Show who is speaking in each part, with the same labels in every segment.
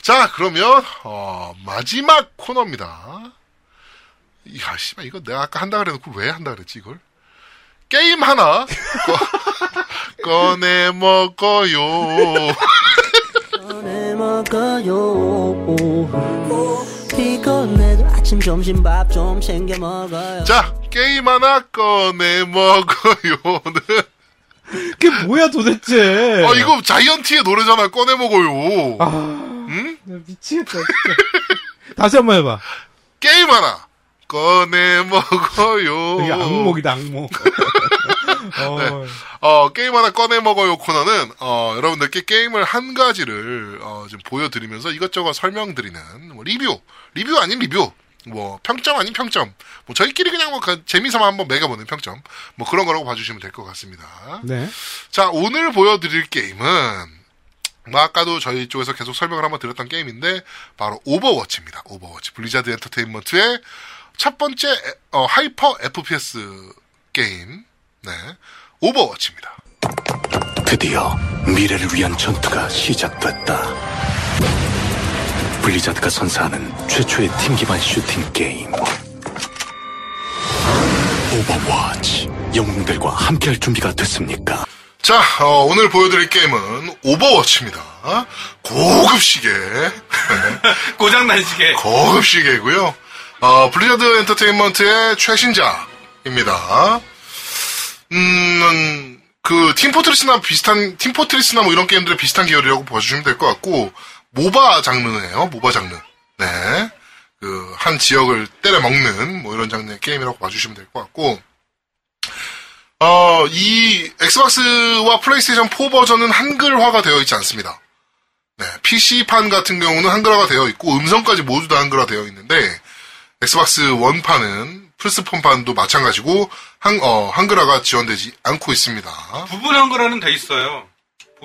Speaker 1: 자, 그러면, 어, 마지막 코너입니다. 이야, 씨발, 이거 내가 아까 한다 그래놓고 왜 한다 그랬지, 이걸? 게임 하나 꺼, 꺼내 먹어요.
Speaker 2: 꺼내 먹어요. 피곤해도 아침 점심 밥 좀 챙겨 먹어요.
Speaker 1: 자, 게임 하나 꺼내 먹어요. 네.
Speaker 3: 그게 뭐야 도대체?
Speaker 4: 아,
Speaker 1: 어, 이거 자이언티의 노래잖아, 꺼내 먹어요.
Speaker 3: 아. 미치겠다. 진짜. 다시 한 번 해봐.
Speaker 1: 게임 하나 꺼내
Speaker 3: 이게
Speaker 1: 먹어요.
Speaker 3: 악몽이다 악몽. 어,
Speaker 1: 어, 게임 하나 꺼내 먹어요 코너는, 어, 여러분들께 게임을 한 가지를, 어, 좀 보여드리면서 이것저것 설명드리는, 뭐, 리뷰, 리뷰 아닌 리뷰, 뭐, 평점 아닌 평점, 뭐, 저희끼리 그냥 뭐, 가- 재미삼아 한번 매겨보는 평점, 뭐, 그런 거라고 봐주시면 될 것 같습니다.
Speaker 3: 네.
Speaker 1: 자, 오늘 보여드릴 게임은, 뭐 아까도 저희 쪽에서 계속 설명을 한번 드렸던 게임인데, 바로 오버워치입니다. 오버워치. 블리자드 엔터테인먼트의 첫 번째, 에- 어, 하이퍼 FPS 게임, 네. 오버워치입니다.
Speaker 5: 드디어 미래를 위한 전투가 시작됐다. 블리자드가 선사하는 최초의 팀 기반 슈팅 게임. 오버워치. 영웅들과 함께할 준비가 됐습니까?
Speaker 1: 자, 어, 오늘 보여드릴 게임은 오버워치입니다. 고급 시계,
Speaker 4: 고장난 시계.
Speaker 1: 고급 시계고요. 어, 블리자드 엔터테인먼트의 최신작입니다. 음, 그 팀포트리스나 비슷한 팀포트리스나 뭐 이런 게임들의 비슷한 계열이라고 봐주시면 될 것 같고 모바 장르네요. 모바 장르. 네, 그 한 지역을 때려 먹는 뭐 이런 장르의 게임이라고 봐주시면 될 것 같고. 어, 이 엑스박스와 플레이스테이션 4 버전은 한글화가 되어 있지 않습니다. 네, PC판 같은 경우는 한글화가 되어 있고 음성까지 모두 다 한글화 되어 있는데 엑스박스 원판은 플스폰판도 마찬가지고 한, 어, 한글화가 지원되지 않고 있습니다.
Speaker 4: 부분한 거라는 돼 있어요.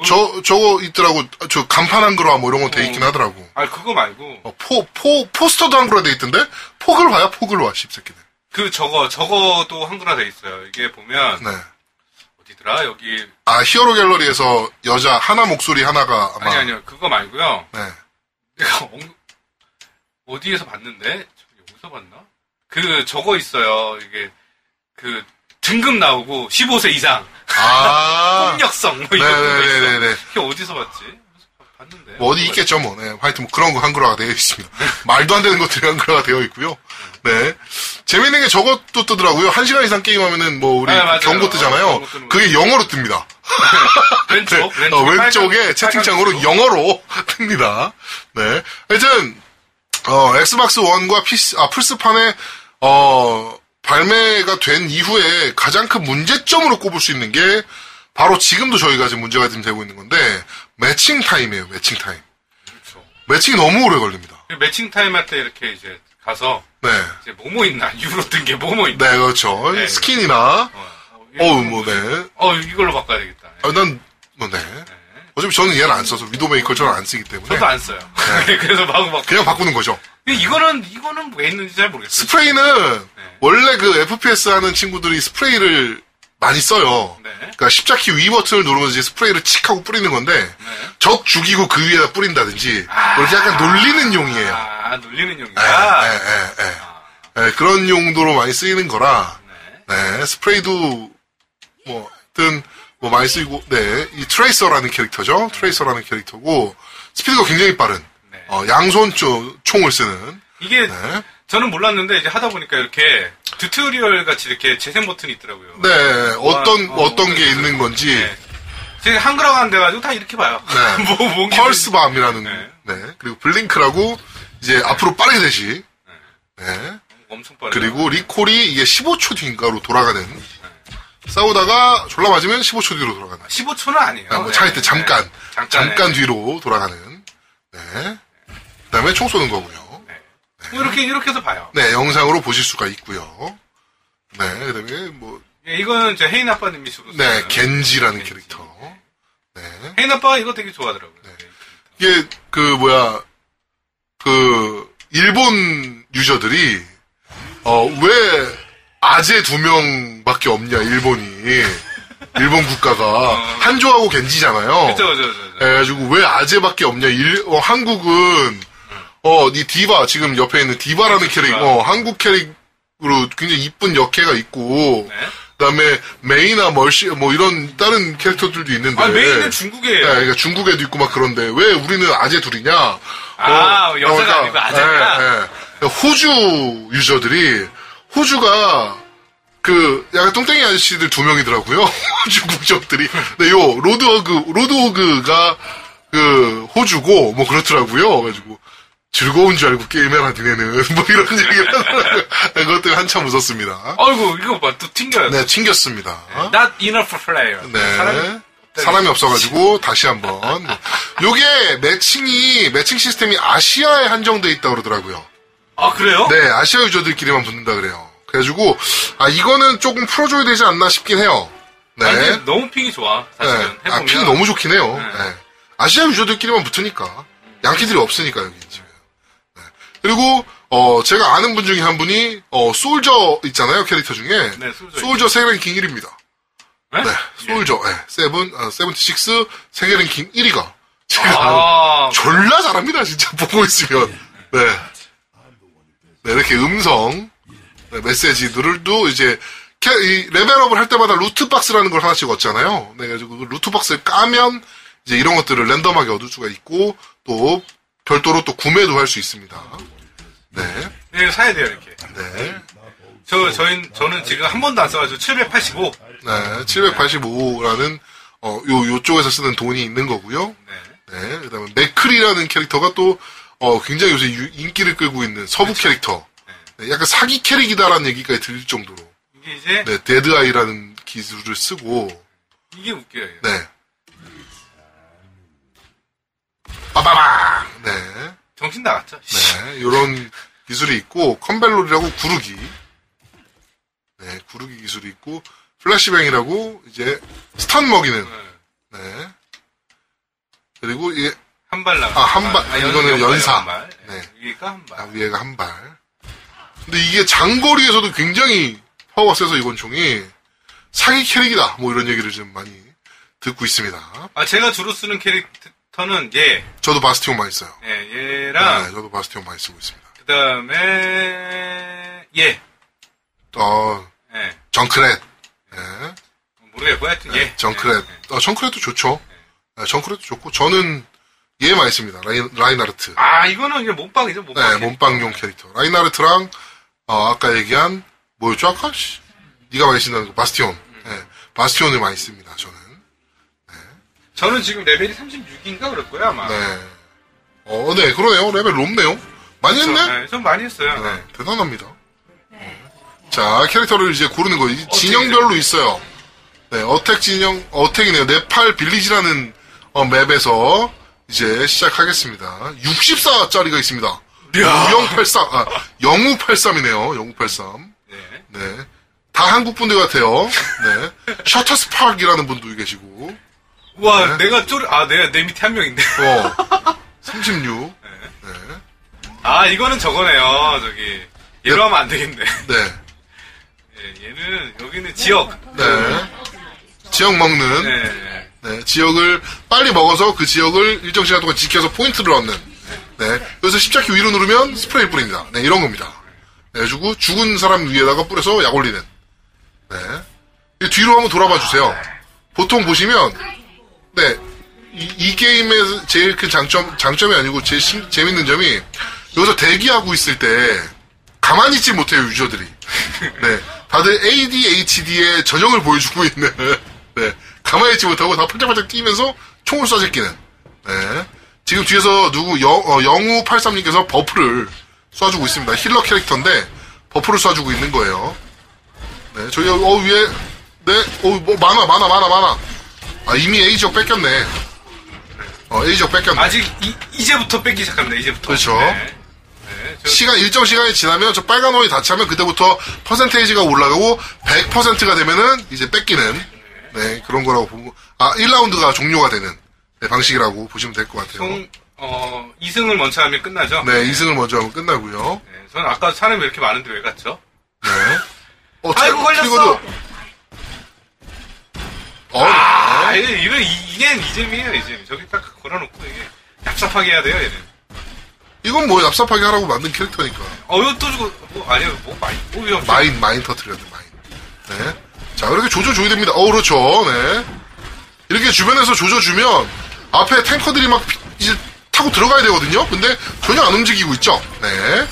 Speaker 1: 저, 저거 있더라고. 저 간판 한글화 뭐 이런 거 돼 있긴 하더라고.
Speaker 4: 아 그거 말고
Speaker 1: 어, 포, 포, 포스터도 한글화 돼 있던데? 포글화야, 포글화, 씹새끼들.
Speaker 4: 그 저거 저거도 한글화 돼 있어요. 이게 보면
Speaker 1: 네.
Speaker 4: 어디더라 여기
Speaker 1: 아, 히어로 갤러리에서 여자 하나 목소리 하나가 아마.
Speaker 4: 아니 아니요 그거 말고요.
Speaker 1: 네.
Speaker 4: 내가 엉- 어디에서 봤는데 저기 어디서 봤나? 그 저거 있어요. 이게 그 등급 나오고 15세 이상
Speaker 1: 아.
Speaker 4: 폭력성 뭐 이런 거 있어.
Speaker 1: 네네네네네.
Speaker 4: 이게 어디서 봤지? 어디서 봤는데.
Speaker 1: 뭐 어디 있겠죠, 뭐. 네. 하여튼 뭐 그런 거 한글화가 되어 있습니다. 말도 안 되는 것들이 한글화가 되어 있고요. 네. 재밌는 게 저것도 뜨더라고요. 한 시간 이상 게임하면은 뭐 우리
Speaker 4: 아, 맞아요.
Speaker 1: 경고
Speaker 4: 어,
Speaker 1: 뜨잖아요.
Speaker 4: 경고 뜨는 거.
Speaker 1: 그게 영어로 뜹니다.
Speaker 4: 왼쪽
Speaker 1: 네.
Speaker 4: 왼쪽
Speaker 1: 어, 왼쪽에
Speaker 4: 빨간-
Speaker 1: 채팅창으로
Speaker 4: 빨간
Speaker 1: 영어로 뜹니다. 네. 하여튼, 어, 엑스박스 1과 PC, 아, 플스판에, 어, 발매가 된 이후에 가장 큰 문제점으로 꼽을 수 있는 게 바로 지금도 저희가 지금 문제가 지금 되고 있는 건데 매칭 타임이에요, 매칭 타임.
Speaker 4: 그렇죠.
Speaker 1: 매칭이 너무 오래 걸립니다.
Speaker 4: 그 매칭 타임 할 때 이렇게 이제 가서
Speaker 1: 네.
Speaker 4: 이제 뭐뭐 있나 유로 뜬 게 뭐뭐 있나.
Speaker 1: 네, 그렇죠.
Speaker 4: 네.
Speaker 1: 스킨이나,
Speaker 4: 어, 이거
Speaker 1: 어우, 뭐, 네.
Speaker 4: 어 이걸로 바꿔야 되겠다.
Speaker 1: 아, 난, 뭐, 네. 어차피 저는 얘를 안 써서, 위도메이커를 저는 안 쓰기 때문에.
Speaker 4: 저도 안 써요. 그래서 마구 바꿔.
Speaker 1: 그냥 바꾸는 거죠.
Speaker 4: 근데 이거는 이거는 왜 있는지 잘 모르겠어요.
Speaker 1: 스프레이는
Speaker 4: 네.
Speaker 1: 원래 그 FPS 하는 친구들이 스프레이를 많이 써요.
Speaker 4: 네.
Speaker 1: 그러니까 십자키 위 버튼을 누르면 이제 스프레이를 칙 하고 뿌리는 건데
Speaker 4: 네.
Speaker 1: 적 죽이고 그 위에다 뿌린다든지 이렇게 약간 놀리는 용이에요.
Speaker 4: 아 놀리는
Speaker 1: 예,
Speaker 4: 용이다.
Speaker 1: 예, 예, 예. 예, 그런 용도로 많이 쓰이는 거라 네, 스프레이도 뭐 하여튼 뭐 많이 쓰이고 네이 트레이서라는 캐릭터죠. 트레이서라는 캐릭터고 스피드가 굉장히 빠른
Speaker 4: 네.
Speaker 1: 어, 양손 쪼- 총을 쓰는
Speaker 4: 이게
Speaker 1: 네.
Speaker 4: 저는 몰랐는데 이제 하다 보니까 이렇게 튜토리얼 같이 이렇게 재생 버튼이 있더라고요.
Speaker 1: 네, 어떤
Speaker 4: 어,
Speaker 1: 어, 떤
Speaker 4: 어,
Speaker 1: 게 있는 건지
Speaker 4: 네. 지금 한글화가 안 돼가지고 다 이렇게 봐요.
Speaker 1: 네.
Speaker 4: 뭐 뭔지
Speaker 1: 펄스밤이라는
Speaker 4: 네.
Speaker 1: 네. 그리고 블링크라고 이제 앞으로 빠르게 되시 네.
Speaker 4: 엄청 빠르.
Speaker 1: 그리고 리콜이 이게 15초 뒤인가로 돌아가는
Speaker 4: 네.
Speaker 1: 싸우다가 졸라 맞으면 15초 뒤로 돌아가는
Speaker 4: 15초는 아니에요.
Speaker 1: 아, 뭐 차일 때
Speaker 4: 네.
Speaker 1: 잠깐
Speaker 4: 잠깐
Speaker 1: 잠깐 뒤로 돌아가는 네 그다음에 총 쏘는 거고요
Speaker 4: 뭐 이렇게 이렇게 해서 봐요.
Speaker 1: 네 영상으로 보실 수가 있고요 네 그다음에
Speaker 4: 예, 이거는 이제 혜인 아빠님 미으로
Speaker 1: 뭐 네 겐지라는 캐릭터 네
Speaker 4: 혜인 아빠가 이거 되게 좋아하더라고요.
Speaker 1: 이게 그 뭐야 그 일본 유저들이 어 왜 아재 두 명밖에 없냐 일본이 일본 국가가 한조하고 겐지잖아요.
Speaker 4: 그죠, 그죠, 그죠. 그죠.
Speaker 1: 그래가지고 왜 아재밖에 없냐? 일, 어, 한국은 어, 이 디바 지금 옆에 있는 디바라는 캐릭, 어, 한국 캐릭으로 굉장히 이쁜 역캐가 있고
Speaker 4: 네.
Speaker 1: 그다음에 메이나 멀시 뭐 이런 다른 캐릭터들도 있는데
Speaker 4: 아, 메인은 중국이에요.
Speaker 1: 네, 그러니까 중국에도 있고 막 그런데 왜 우리는 아재 둘이냐?
Speaker 4: 아,
Speaker 1: 어,
Speaker 4: 역사가
Speaker 1: 그러니까,
Speaker 4: 아니고 아재구나.
Speaker 1: 예, 예. 그러니까 호주 유저들이 호주가 그 약간 똥땡이 아저씨들 두 명이더라고요. 호주 국적들이. 근데 요 로드워그 로드워그가 그 호주고 뭐 그렇더라고요. 그래가지고 즐거운 줄 알고 게임해라 니네는 뭐 이런 얘기를 하더라고요. 그것도 한참 웃었습니다.
Speaker 4: 아이고, 이거 봐, 또 튕겨요.
Speaker 1: 네, 튕겼습니다.
Speaker 4: Not enough for player.
Speaker 1: 네.
Speaker 4: 사람이-
Speaker 1: 사람이, 없어가지고 다시 한번 네. 요게 매칭이 매칭 시스템이 아시아에 한정돼 있다 그러더라고요.
Speaker 4: 아, 그래요?
Speaker 1: 네, 아시아 유저들끼리만 붙는다 그래요. 그래가지고 아 이거는 조금 풀어줘야 되지 않나 싶긴 해요. 네.
Speaker 4: 아니, 근데 너무 핑이 좋아. 사실은.
Speaker 1: 네.
Speaker 4: 해보면.
Speaker 1: 아, 핑 너무 좋긴 해요.
Speaker 4: 네.
Speaker 1: 네. 아시아 유저들끼리만 붙으니까. 양키들이 없으니까, 여기 집에. 네. 그리고, 어, 제가 아는 분 중에 한 분이, 어, 솔저 있잖아요, 캐릭터 중에.
Speaker 4: 네, 솔저
Speaker 1: 솔저 세계 랭킹 1위입니다.
Speaker 4: 네?
Speaker 1: 네, 솔저, 예. 세븐, 아, 세븐티식스 세계 랭킹 1위가. 제가
Speaker 4: 아,
Speaker 1: 졸라 잘합니다, 진짜. 보고 있으면. 네. 네, 이렇게 음성, 네, 메시지들도 이제, 캐- 이 레벨업을 할 때마다 루트박스라는 걸 하나씩 얻잖아요. 네, 그래가지고 그 루트박스를 까면, 이제 이런 것들을 랜덤하게 얻을 수가 있고, 또, 별도로 또 구매도 할 수 있습니다. 네,
Speaker 4: 네, 사야 돼요, 이렇게.
Speaker 1: 네.
Speaker 4: 저, 저희, 저는 지금 한 번도 안 써가지고 785.
Speaker 1: 네, 785라는, 어, 요, 요쪽에서 쓰는 돈이 있는 거고요.
Speaker 4: 네.
Speaker 1: 네, 그다음에 맥클이라는 캐릭터가 또 어, 굉장히 요새 유- 인기를 끌고 있는 서부 캐릭터. 네, 약간 사기 캐릭이다라는 얘기까지 들릴 정도로.
Speaker 4: 이게 이제,
Speaker 1: 네, 데드아이라는 기술을 쓰고
Speaker 4: 이게 웃겨요. 이게.
Speaker 1: 네. 빠바방. 네.
Speaker 4: 정신 나갔죠? 씨.
Speaker 1: 네, 요런 기술이 있고 컨벨롤이라고 구르기. 네, 구르기 기술이 있고 플래시뱅이라고 이제 스탄 먹이는 네. 그리고 이게
Speaker 4: 한발 나가.
Speaker 1: 아, 한 발. 이거는 연사. 네.
Speaker 4: 위에가 한 발.
Speaker 1: 아, 위에가 한 발. 근데 이게 장거리에서도 굉장히 파워가 세서 이건 총이 사기 캐릭이다. 뭐 이런 얘기를 좀 많이 듣고 있습니다.
Speaker 4: 아, 제가 주로 쓰는 캐릭터는 얘,
Speaker 1: 저도 바스티온 많이 써요.
Speaker 4: 예, 얘랑,
Speaker 1: 네, 저도 바스티온 많이 쓰고 있습니다.
Speaker 4: 그 다음에, 얘,
Speaker 1: 어,
Speaker 4: 예.
Speaker 1: 정크렛. 네,
Speaker 4: 모르겠고, 하여튼 예. 얘.
Speaker 1: 정크렛. 어, 정크렛도 좋죠. 네, 정크렛도 좋고, 저는 얘 많이 씁니다. 라인, 라인하르트.
Speaker 4: 아, 이거는 이제 몸빵이죠,
Speaker 1: 네,
Speaker 4: 몸빵.
Speaker 1: 몸빵용 캐릭터. 라인하르트랑, 어, 아까 얘기한, 뭐였죠, 아까? 씨, 네가 많이 쓴다는 거, 바스티온. 네, 바스티온을 많이 씁니다, 저는.
Speaker 4: 저는 지금 레벨이 36인가 그럴 거야, 아마.
Speaker 1: 네. 어, 네, 그러네요. 레벨 높네요. 많이
Speaker 4: 저,
Speaker 1: 했네?
Speaker 4: 네, 좀 많이 했어요.
Speaker 1: 네,
Speaker 4: 네.
Speaker 1: 대단합니다. 자, 캐릭터를 이제 고르는 거. 이 진영별로 있어요. 네, 어택 진영, 어택이네요. 네팔 빌리지라는 어, 맵에서 이제 시작하겠습니다. 64짜리가 있습니다. 083, 아, 0583이네요. 0583.
Speaker 4: 네.
Speaker 1: 네. 다 한국 분들 같아요. 네. 셔터스팍이라는 분도 계시고.
Speaker 4: 우와, 내가 쪼르, 아, 내가 내 밑에 한 명인데.
Speaker 1: 어. 36. 네.
Speaker 4: 아, 이거는 저거네요, 저기. 얘로 하면 안 되겠네.
Speaker 1: 네.
Speaker 4: 예, 얘는, 여기는 지역.
Speaker 1: 네. 지역 먹는,
Speaker 4: 네.
Speaker 1: 네. 지역을 빨리 먹어서 그 지역을 일정 시간 동안 지켜서 포인트를 얻는, 네. 그래서 십자키 위로 누르면 스프레이 뿌립니다. 네, 이런 겁니다. 네, 그래가지고 죽은 사람 위에다가 뿌려서 약 올리는, 네. 이 뒤로 한번 돌아봐 주세요. 보통 보시면, 네. 이, 이 게임의 제일 큰 장점, 장점이 아니고 제일 심- 재밌는 점이, 여기서 대기하고 있을 때, 가만히 있지 못해요, 유저들이. 네. 다들 ADHD의 전형을 보여주고 있는, 네. 가만히 있지 못하고 다 팔짝팔짝 뛰면서 총을 쏴 제끼는, 네. 지금 뒤에서 누구, 영, 어, 0583님께서 버프를 쏴주고 있습니다. 힐러 캐릭터인데, 버프를 쏴주고 있는 거예요. 네. 저기, 어, 위에, 네. 어, 뭐, 많아, 많아, 많아, 많아. 아, 이미 에이지역 뺏겼네. 어, 에이지역 뺏겼네.
Speaker 4: 아직, 이, 이제부터 뺏기 시작합니다, 이제부터.
Speaker 1: 그렇죠.
Speaker 4: 네. 네, 저-
Speaker 1: 시간 일정 시간이 지나면 저 빨간 원이 다 차면 그때부터 퍼센테이지가 올라가고 100%가 되면은 이제 뺏기는 네 그런 거라고 보고 아 1라운드가 종료가 되는 네, 방식이라고 보시면 될 것 같아요.
Speaker 4: 총, 어, 2승을 먼저 하면 끝나죠?
Speaker 1: 네 2승을 먼저 하면 끝나고요.
Speaker 4: 네, 저는 아까 사람이 이렇게 많은데 왜 갔죠?
Speaker 1: 네. 어,
Speaker 4: 아이고,
Speaker 1: 트-
Speaker 4: 걸렸어!
Speaker 1: 트리거도- 어,
Speaker 4: 아, 이거, 이거 이- 이게 이잼이에요, 이잼. 저기 딱 걸어놓고 이게 얍삽하게 해야 돼요, 얘는.
Speaker 1: 이건 뭐 얍삽하게 하라고 만든 캐릭터니까.
Speaker 4: 어, 이거 또 주고, 뭐, 아니요, 뭐, 많이, 뭐, 이거
Speaker 1: 마인, 마인 터트렸네, 마인. 네. 자, 이렇게 조져줘야 됩니다. 어, 그렇죠. 네. 이렇게 주변에서 조져주면 앞에 탱커들이 막 피- 이제 타고 들어가야 되거든요. 근데 전혀 안 움직이고 있죠. 네.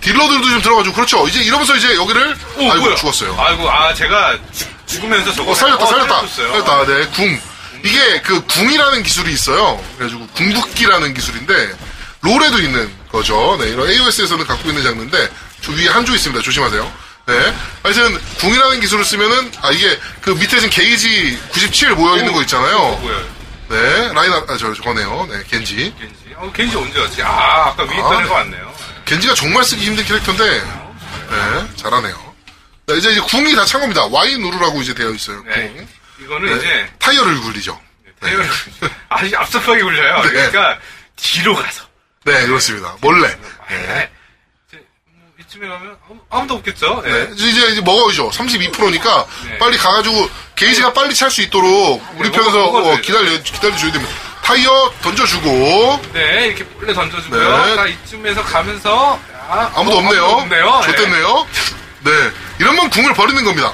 Speaker 1: 딜러들도 좀 들어가지고, 그렇죠. 이제 이러면서 이제 여기를,
Speaker 4: 오,
Speaker 1: 아이고,
Speaker 4: 뭐야.
Speaker 1: 죽었어요.
Speaker 4: 아이고, 아, 제가 죽, 죽으면서 저거.
Speaker 1: 어, 살렸다, 살렸다.
Speaker 4: 살렸어요. 아,
Speaker 1: 살렸다. 네, 궁. 이게 그 궁이라는 기술이 있어요. 그래가지고 궁극기라는 기술인데, 롤에도 있는 거죠. 네, 이런 AOS에서는 갖고 있는 장르인데, 저 위에 한 조 있습니다. 조심하세요. 네. 하여튼, 궁이라는 기술을 쓰면은, 아, 이게 그 밑에 지금 게이지 97 모여있는 거 있잖아요.
Speaker 4: 뭐야,
Speaker 1: 네, 라인, 아, 저, 저거네요. 네, 겐지.
Speaker 4: 겐지. 어, 겐지 언제 왔지? 아, 아까 위에 있던
Speaker 1: 아,
Speaker 4: 애가 왔네요.
Speaker 1: 겐지가 정말 쓰기 힘든 캐릭터인데, 네, 잘하네요. 네, 이제 이제 궁이 다 찬 겁니다. Y 누르라고 이제 되어 있어요. 궁.
Speaker 4: 네. 이거는
Speaker 1: 네,
Speaker 4: 이제,
Speaker 1: 타이어를 굴리죠.
Speaker 4: 태연이 아주 앞섭하게 굴려요.
Speaker 1: 네.
Speaker 4: 그러니까, 뒤로 가서.
Speaker 1: 네, 그렇습니다. 몰래.
Speaker 4: 네. 이제 뭐 이쯤에 가면 아무, 아무도 없겠죠? 네.
Speaker 1: 네, 이제, 이제 먹어야죠. 32%니까
Speaker 4: 네.
Speaker 1: 빨리 가가지고 게이지가 빨리 찰 수 있도록 우리
Speaker 4: 네,
Speaker 1: 편에서
Speaker 4: 먹어- 먹어줘야
Speaker 1: 어, 기다려, 기다려줘야 됩니다. 타이어 던져주고.
Speaker 4: 네, 이렇게 몰래 던져주고요.
Speaker 1: 네.
Speaker 4: 자, 이쯤에서 가면서 아,
Speaker 1: 아무도
Speaker 4: 어,
Speaker 1: 없네요.
Speaker 4: 아무도 없네요. 네.
Speaker 1: 좋댔네요. 네. 이러면 궁을 버리는 겁니다.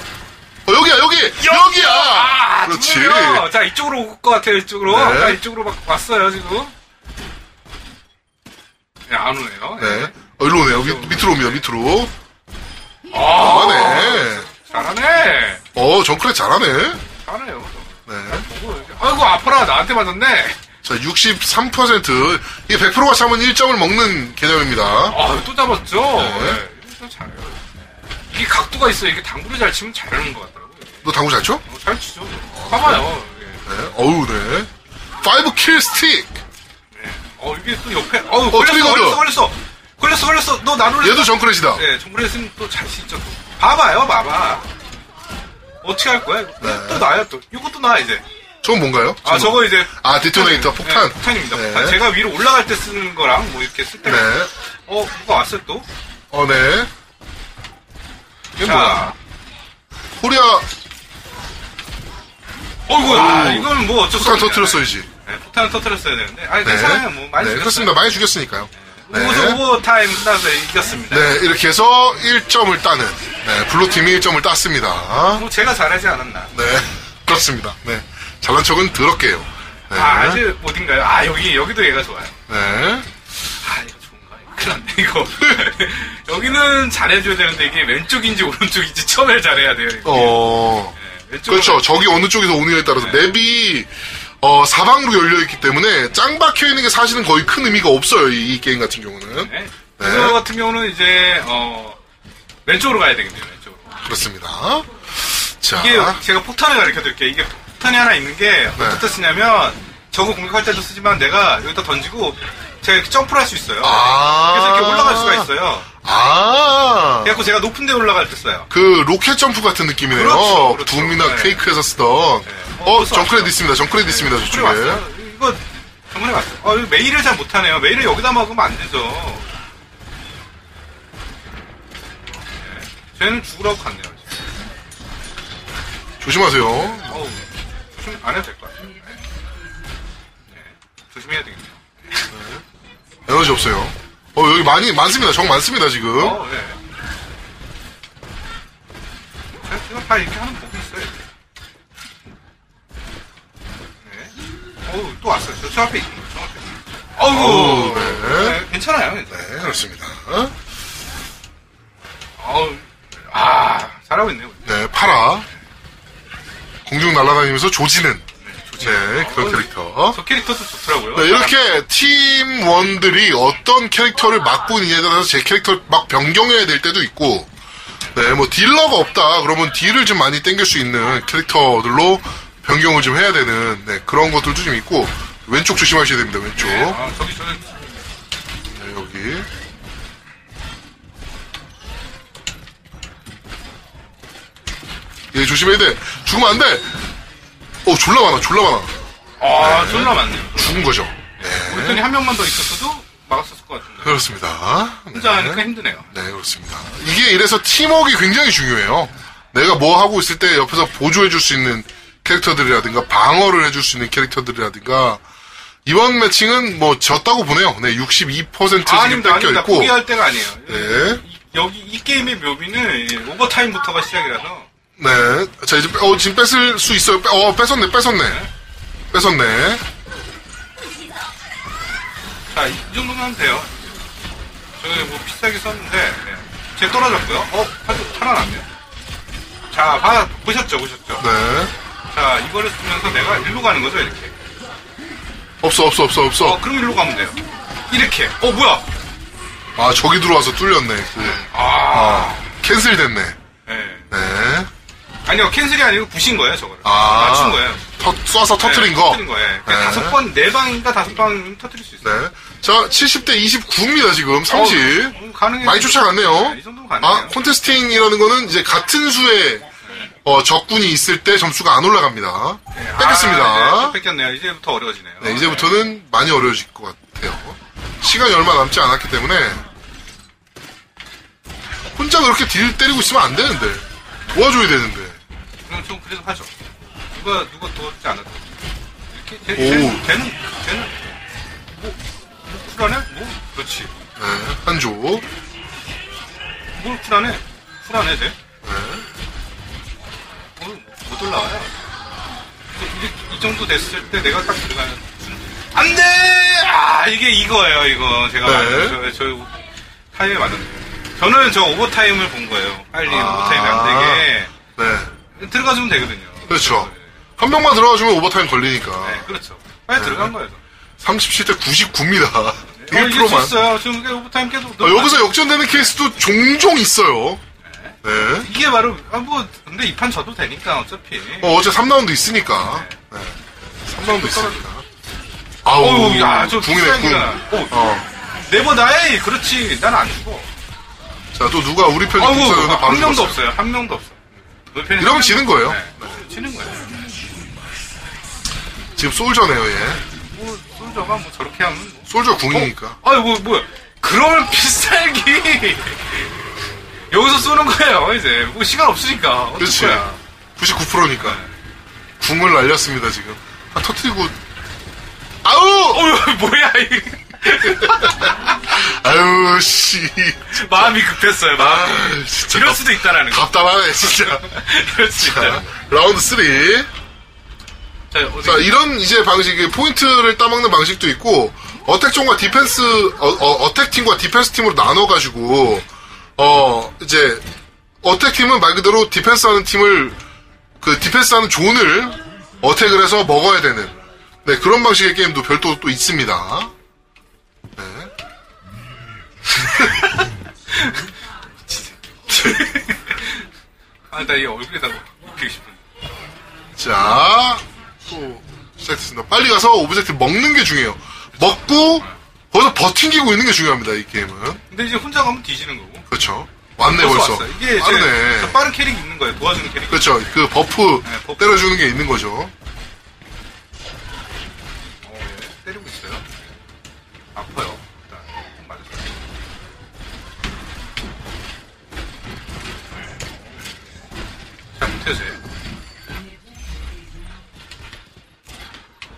Speaker 1: 어, 여기야, 여기! 여기야!
Speaker 4: 아,
Speaker 1: 그렇지.
Speaker 4: 죽으면, 자, 이쪽으로 올 것 같아요. 이쪽으로.
Speaker 1: 네.
Speaker 4: 자, 이쪽으로 막 왔어요 지금. 네, 안 오네요.
Speaker 1: 네. 어, 일로 오네요. 밑, 밑으로 옵니다, 밑으로.
Speaker 4: 아,
Speaker 1: 잘하네.
Speaker 4: 잘하네.
Speaker 1: 어, 정크렛 잘하네.
Speaker 4: 잘해요.
Speaker 1: 네.
Speaker 4: 저거 이렇게. 아이고 아파라 나한테 맞았네.
Speaker 1: 자, 63%. 이게 100%가 참은 1점을 먹는 개념입니다.
Speaker 4: 아또 잡았죠.
Speaker 1: 네.
Speaker 4: 네. 이거 잘해요. 이게 각도가 있어요. 이게 당구를 잘 치면 잘하는 것 같더라고요.
Speaker 1: 너 당구 잘 쳐?
Speaker 4: 어, 잘 치죠. 봐봐요. 예.
Speaker 1: 네. 어우, 네. 5킬 스틱!
Speaker 4: 어 이게 또 옆에 어우
Speaker 1: 트리거죠?
Speaker 4: 걸렸어 걸렸어 걸렸어 걸렸어 걸렸어 너 나를
Speaker 1: 얘도 정크렛이다.
Speaker 4: 예 정글에서는 또 자신 있죠 또. 봐봐요 봐봐 어떻게 할 거야
Speaker 1: 네.
Speaker 4: 또 나야 또 이것도 나 이제
Speaker 1: 저건 뭔가요?
Speaker 4: 아
Speaker 1: 저건
Speaker 4: 저거 이제
Speaker 1: 아, 디토네이터, 폭탄.
Speaker 4: 네, 폭탄입니다
Speaker 1: 네.
Speaker 4: 폭탄. 제가 위로 올라갈 때 쓰는 거랑 뭐 이렇게 쓸 때
Speaker 1: 네.
Speaker 4: 어 뭐가 왔어 또
Speaker 1: 어, 네. 이게 뭐야?
Speaker 4: 자,
Speaker 1: 코리아
Speaker 4: 어이구 아, 이건 뭐 어쩔 수
Speaker 1: 폭탄
Speaker 4: 없네
Speaker 1: 터트렸어야지.
Speaker 4: 네, 폭탄 터트렸어야 되는데 아 괜찮아요 뭐 많이
Speaker 1: 네,
Speaker 4: 죽였어요.
Speaker 1: 그렇습니다. 많이 죽였으니까요. 네.
Speaker 4: 우승 후보 타임 끝나서 이겼습니다
Speaker 1: 네, 이렇게 해서 1점을 따는, 네, 블루팀이 1점을 땄습니다.
Speaker 4: 뭐 제가 잘하지 않았나
Speaker 1: 네, 그렇습니다. 네. 잘난 척은 더럽게요. 네.
Speaker 4: 아, 아주 어딘가요? 아, 여기, 여기도 얘가 좋아요.
Speaker 1: 네.
Speaker 4: 아, 이거 좋은가? 이거 큰일 났네, 이거. 여기는 잘해줘야 되는데, 이게 왼쪽인지 오른쪽인지 처음에 잘해야 돼요, 이거. 네,
Speaker 1: 어,
Speaker 4: 왼쪽.
Speaker 1: 그렇죠. 저기 어느 쪽에서 오느냐에 따라서
Speaker 4: 네.
Speaker 1: 맵이, 어, 사방으로 열려있기 때문에 짱 박혀있는 게 사실은 거의 큰 의미가 없어요. 이, 이 게임 같은 경우는.
Speaker 4: 네. 그래서 같은 경우는 이제, 어, 왼쪽으로 가야 되겠네요, 왼쪽으로.
Speaker 1: 그렇습니다. 자.
Speaker 4: 이게 제가 폭탄을 가르쳐 드릴게요. 이게 폭탄이 하나 있는 게, 어떻게 쓰냐면, 저거 공격할 때도 쓰지만 내가 여기다 던지고, 제가 이렇게 점프를 할 수 있어요.
Speaker 1: 아.
Speaker 4: 그래서 이렇게 올라갈 수가 있어요.
Speaker 1: 아.
Speaker 4: 그래갖고 제가 높은 데 올라갈 때 써요.
Speaker 1: 그 로켓 점프 같은 느낌이네요.
Speaker 4: 그렇죠, 그렇죠.
Speaker 1: 둠이나
Speaker 4: 네.
Speaker 1: 퀘이크에서 쓰던.
Speaker 4: 네.
Speaker 1: 어,
Speaker 4: 어, 벌써
Speaker 1: 정크레드
Speaker 4: 왔죠.
Speaker 1: 있습니다. 정크레드 있습니다.
Speaker 4: 저쪽에
Speaker 1: 저쪽에.
Speaker 4: 왔어요. 이거 저번에 왔어요. 어, 이거 메일을 잘 못하네요. 메일을 여기다 막으면 안 되죠. 네. 쟤는 죽으라고 갔네요. 지금.
Speaker 1: 조심하세요.
Speaker 4: 어우, 조심 안 해도 될 것 같아요. 네. 조심해야 되겠네요.
Speaker 1: 에너지 없어요. 어, 여기 많이, 많습니다. 정 많습니다, 지금.
Speaker 4: 어, 네. 제가 지금 다 이렇게 하는 법이 있어요. 이렇게. 네. 어우, 또 왔어요. 저, 저 앞에 있는 거, 저 앞에. 어우,
Speaker 1: 어우, 네.
Speaker 4: 네, 괜찮아요. 괜찮아요.
Speaker 1: 네, 그렇습니다. 어?
Speaker 4: 어우, 아, 잘하고 있네요. 우리.
Speaker 1: 네, 파라. 공중 날아다니면서 조지는. 네,
Speaker 4: 어,
Speaker 1: 그런 캐릭터.
Speaker 4: 저 캐릭터도 좋더라고요.
Speaker 1: 네, 이렇게 팀원들이 어떤 캐릭터를 맡고 있느냐에 따라서 제 캐릭터를 막 변경해야 될 때도 있고, 네, 뭐 딜러가 없다. 그러면 딜을 좀 많이 땡길 수 있는 캐릭터들로 변경을 좀 해야 되는, 네, 그런 것들도 좀 있고, 왼쪽 조심하셔야 됩니다, 왼쪽.
Speaker 4: 네, 아, 저기 저는
Speaker 1: 네, 여기. 예, 조심해야 돼. 죽으면 안 돼. 어, 졸라 많아, 졸라 많아.
Speaker 4: 아, 졸라 많네요.
Speaker 1: 죽은 거죠.
Speaker 4: 우리 한 명만 더 있었어도 막았었을 것 같은데.
Speaker 1: 그렇습니다.
Speaker 4: 혼자 하니까 힘드네요.
Speaker 1: 네, 그렇습니다. 이게 이래서 팀워크가 굉장히 중요해요. 내가 뭐 하고 있을 때 옆에서 보조해 줄 수 있는 캐릭터들이라든가 방어를 해줄 수 있는 캐릭터들이라든가 이번 매칭은 뭐 졌다고 보네요. 네, 62%
Speaker 4: 아,
Speaker 1: 지금
Speaker 4: 아닙니다,
Speaker 1: 뺏겨
Speaker 4: 아닙니다.
Speaker 1: 있고.
Speaker 4: 포기할 때가 아니에요.
Speaker 1: 네.
Speaker 4: 이- 여기 이 게임의 묘미는 이 오버타임부터가 시작이라서
Speaker 1: 네. 자, 이제, 어, 지금 뺏을 수 있어요. 뺏- 어, 뺏었네, 뺏었네. 뺏었네.
Speaker 4: 자, 이 정도면 하면 돼요. 저는 뭐 비싸게 썼는데, 네. 제 떨어졌고요. 어, 팔- 살아났네요. 자, 봐, 보셨죠, 보셨죠?
Speaker 1: 네.
Speaker 4: 자, 이거를 쓰면서 내가 일로 가는 거죠, 이렇게.
Speaker 1: 없어, 없어, 없어,
Speaker 4: 어,
Speaker 1: 없어.
Speaker 4: 그럼 일로 가면 돼요. 이렇게. 어, 뭐야?
Speaker 1: 아, 저기 들어와서 뚫렸네. 그,
Speaker 4: 아.
Speaker 1: 캔슬 됐네.
Speaker 4: 네.
Speaker 1: 네.
Speaker 4: 아니요, 캔슬이 아니고 부신 거예요, 저거를.
Speaker 1: 아.
Speaker 4: 맞춘 거예요.
Speaker 1: 터, 쏴서 터트린
Speaker 4: 네,
Speaker 1: 거.
Speaker 4: 터뜨린 거예요. 그러니까
Speaker 1: 네.
Speaker 4: 다섯 번, 네 방인가 다섯 방은 터뜨릴 수 있어요.
Speaker 1: 네. 자, 70대 29입니다, 지금. 30.
Speaker 4: 어, 가능해요.
Speaker 1: 많이 쫓아갔네요.
Speaker 4: 네, 이 정도면
Speaker 1: 아,
Speaker 4: 가능해요.
Speaker 1: 콘테스팅이라는 거는 이제 같은 수의 어, 적군이 있을 때 점수가 안 올라갑니다.
Speaker 4: 네,
Speaker 1: 뺏겼습니다.
Speaker 4: 아, 네, 또 뺏겼네요. 이제부터 어려워지네요.
Speaker 1: 네, 이제부터는 많이 어려워질 것 같아요. 시간이 얼마 남지 않았기 때문에 혼자 그렇게 딜 때리고 있으면 안 되는데 도와줘야 되는데
Speaker 4: 그럼 좀 그래도 하죠. 누가 누가 도와주지 않았다. 이렇게 쟤,
Speaker 1: 오.
Speaker 4: 쟤는 쟤는 쟤는 뭐, 뭐 쿨하네? 뭐 그렇지.
Speaker 1: 네, 한조
Speaker 4: 뭘 쿨하네? 쿨하네 쟤. 오늘 못 올라와요. 이, 이 정도 됐을 때 내가 딱 들어가는. 안 돼! 아, 이게 이거예요, 이거. 제가
Speaker 1: 네.
Speaker 4: 말했죠. 저 타임에 맞았네요. 저는 저 오버타임을 본 거예요. 빨리 오버타임이 안
Speaker 1: 네
Speaker 4: 되게. 들어가주면 되거든요.
Speaker 1: 그렇죠 한 명만 들어가주면 오버타임 걸리니까
Speaker 4: 네, 그렇죠. 빨리 들어간 거예요. 저는.
Speaker 1: 37대 99입니다
Speaker 4: 어, 이길 수
Speaker 1: 1%만 아,
Speaker 4: 있어요. 지금 이게 아, 오버타임 계속 넘어가-
Speaker 1: 여기서 역전되는 케이스도 종종 있어요 네
Speaker 4: 이게 바로 아, 뭐 근데 이 판 져도 되니까 어차피.
Speaker 1: 어, 어제 3라운드 있으니까 네. 3라운드 있으니까 아우
Speaker 4: 어우, 야, 저
Speaker 1: 궁이네 궁
Speaker 4: 비싸니까. 어.
Speaker 1: 어.
Speaker 4: 네버 나이 그렇지. 난 안 죽어.
Speaker 1: 자, 또 누가 우리 편이
Speaker 4: 아이고
Speaker 1: 붙어요?
Speaker 4: 한 명도 없어요. 한 명도 없어. 우리 편이
Speaker 1: 이러면
Speaker 4: 한
Speaker 1: 지는
Speaker 4: 명도
Speaker 1: 거예요.
Speaker 4: 없어요. 네, 지는 거예요.
Speaker 1: 지금 솔저네요, 얘.
Speaker 4: 뭐 솔저가 뭐 저렇게 하면 뭐.
Speaker 1: 솔저 궁이니까.
Speaker 4: 아이고 뭐야. 그러면 비살기. 여기서 쏘는 거예요. 이제 뭐 시간 없으니까. 어쩔
Speaker 1: 그렇지.
Speaker 4: 거야.
Speaker 1: 99%니까. 궁을 날렸습니다, 지금. 아, 터트리고. 아우!
Speaker 4: 어휴 뭐야 이
Speaker 1: 아유, 씨.
Speaker 4: 마음이 급했어요. 마음이.
Speaker 1: 아, 진짜.
Speaker 4: 이럴 수도 네. 있다라는 거.
Speaker 1: 답답하네, 진짜.
Speaker 4: 이럴 수도 있다.
Speaker 1: 자, 라운드 3.
Speaker 4: 자, 어디-
Speaker 1: 자, 이런 이제 방식이 포인트를 따먹는 방식도 있고, 어택종과 디펜스, 어, 택팀과 디펜스 팀으로 나눠가지고, 어, 이제, 어택팀은 말 그대로 디펜스 하는 팀을, 그 디펜스 하는 존을 어택을 해서 먹어야 되는, 네, 그런 방식의 게임도 별도로 또 있습니다.
Speaker 4: 아, 나 이 얼굴에다 입히고 싶은데.
Speaker 1: 자, 또 시작됐습니다. 빨리 가서 오브젝트 먹는 게 중요해요. 먹고, 거기서 버팅기고 있는 게 중요합니다, 이 게임은.
Speaker 4: 근데 이제 혼자 가면 뒤지는 거고.
Speaker 1: 그렇죠. 왔네,
Speaker 4: 벌써
Speaker 1: 벌써.
Speaker 4: 왔어요. 이게 이제
Speaker 1: 빠르네.
Speaker 4: 저 빠른 캐릭이 있는 거예요. 도와주는 캐릭.
Speaker 1: 그렇죠. 그 버프,
Speaker 4: 네, 버프.
Speaker 1: 때려주는 게 있는 거죠.
Speaker 4: 어, 때리고 있어요. 아파요. 일단 좀 맞았어요. 네. 잘 못해서 해요.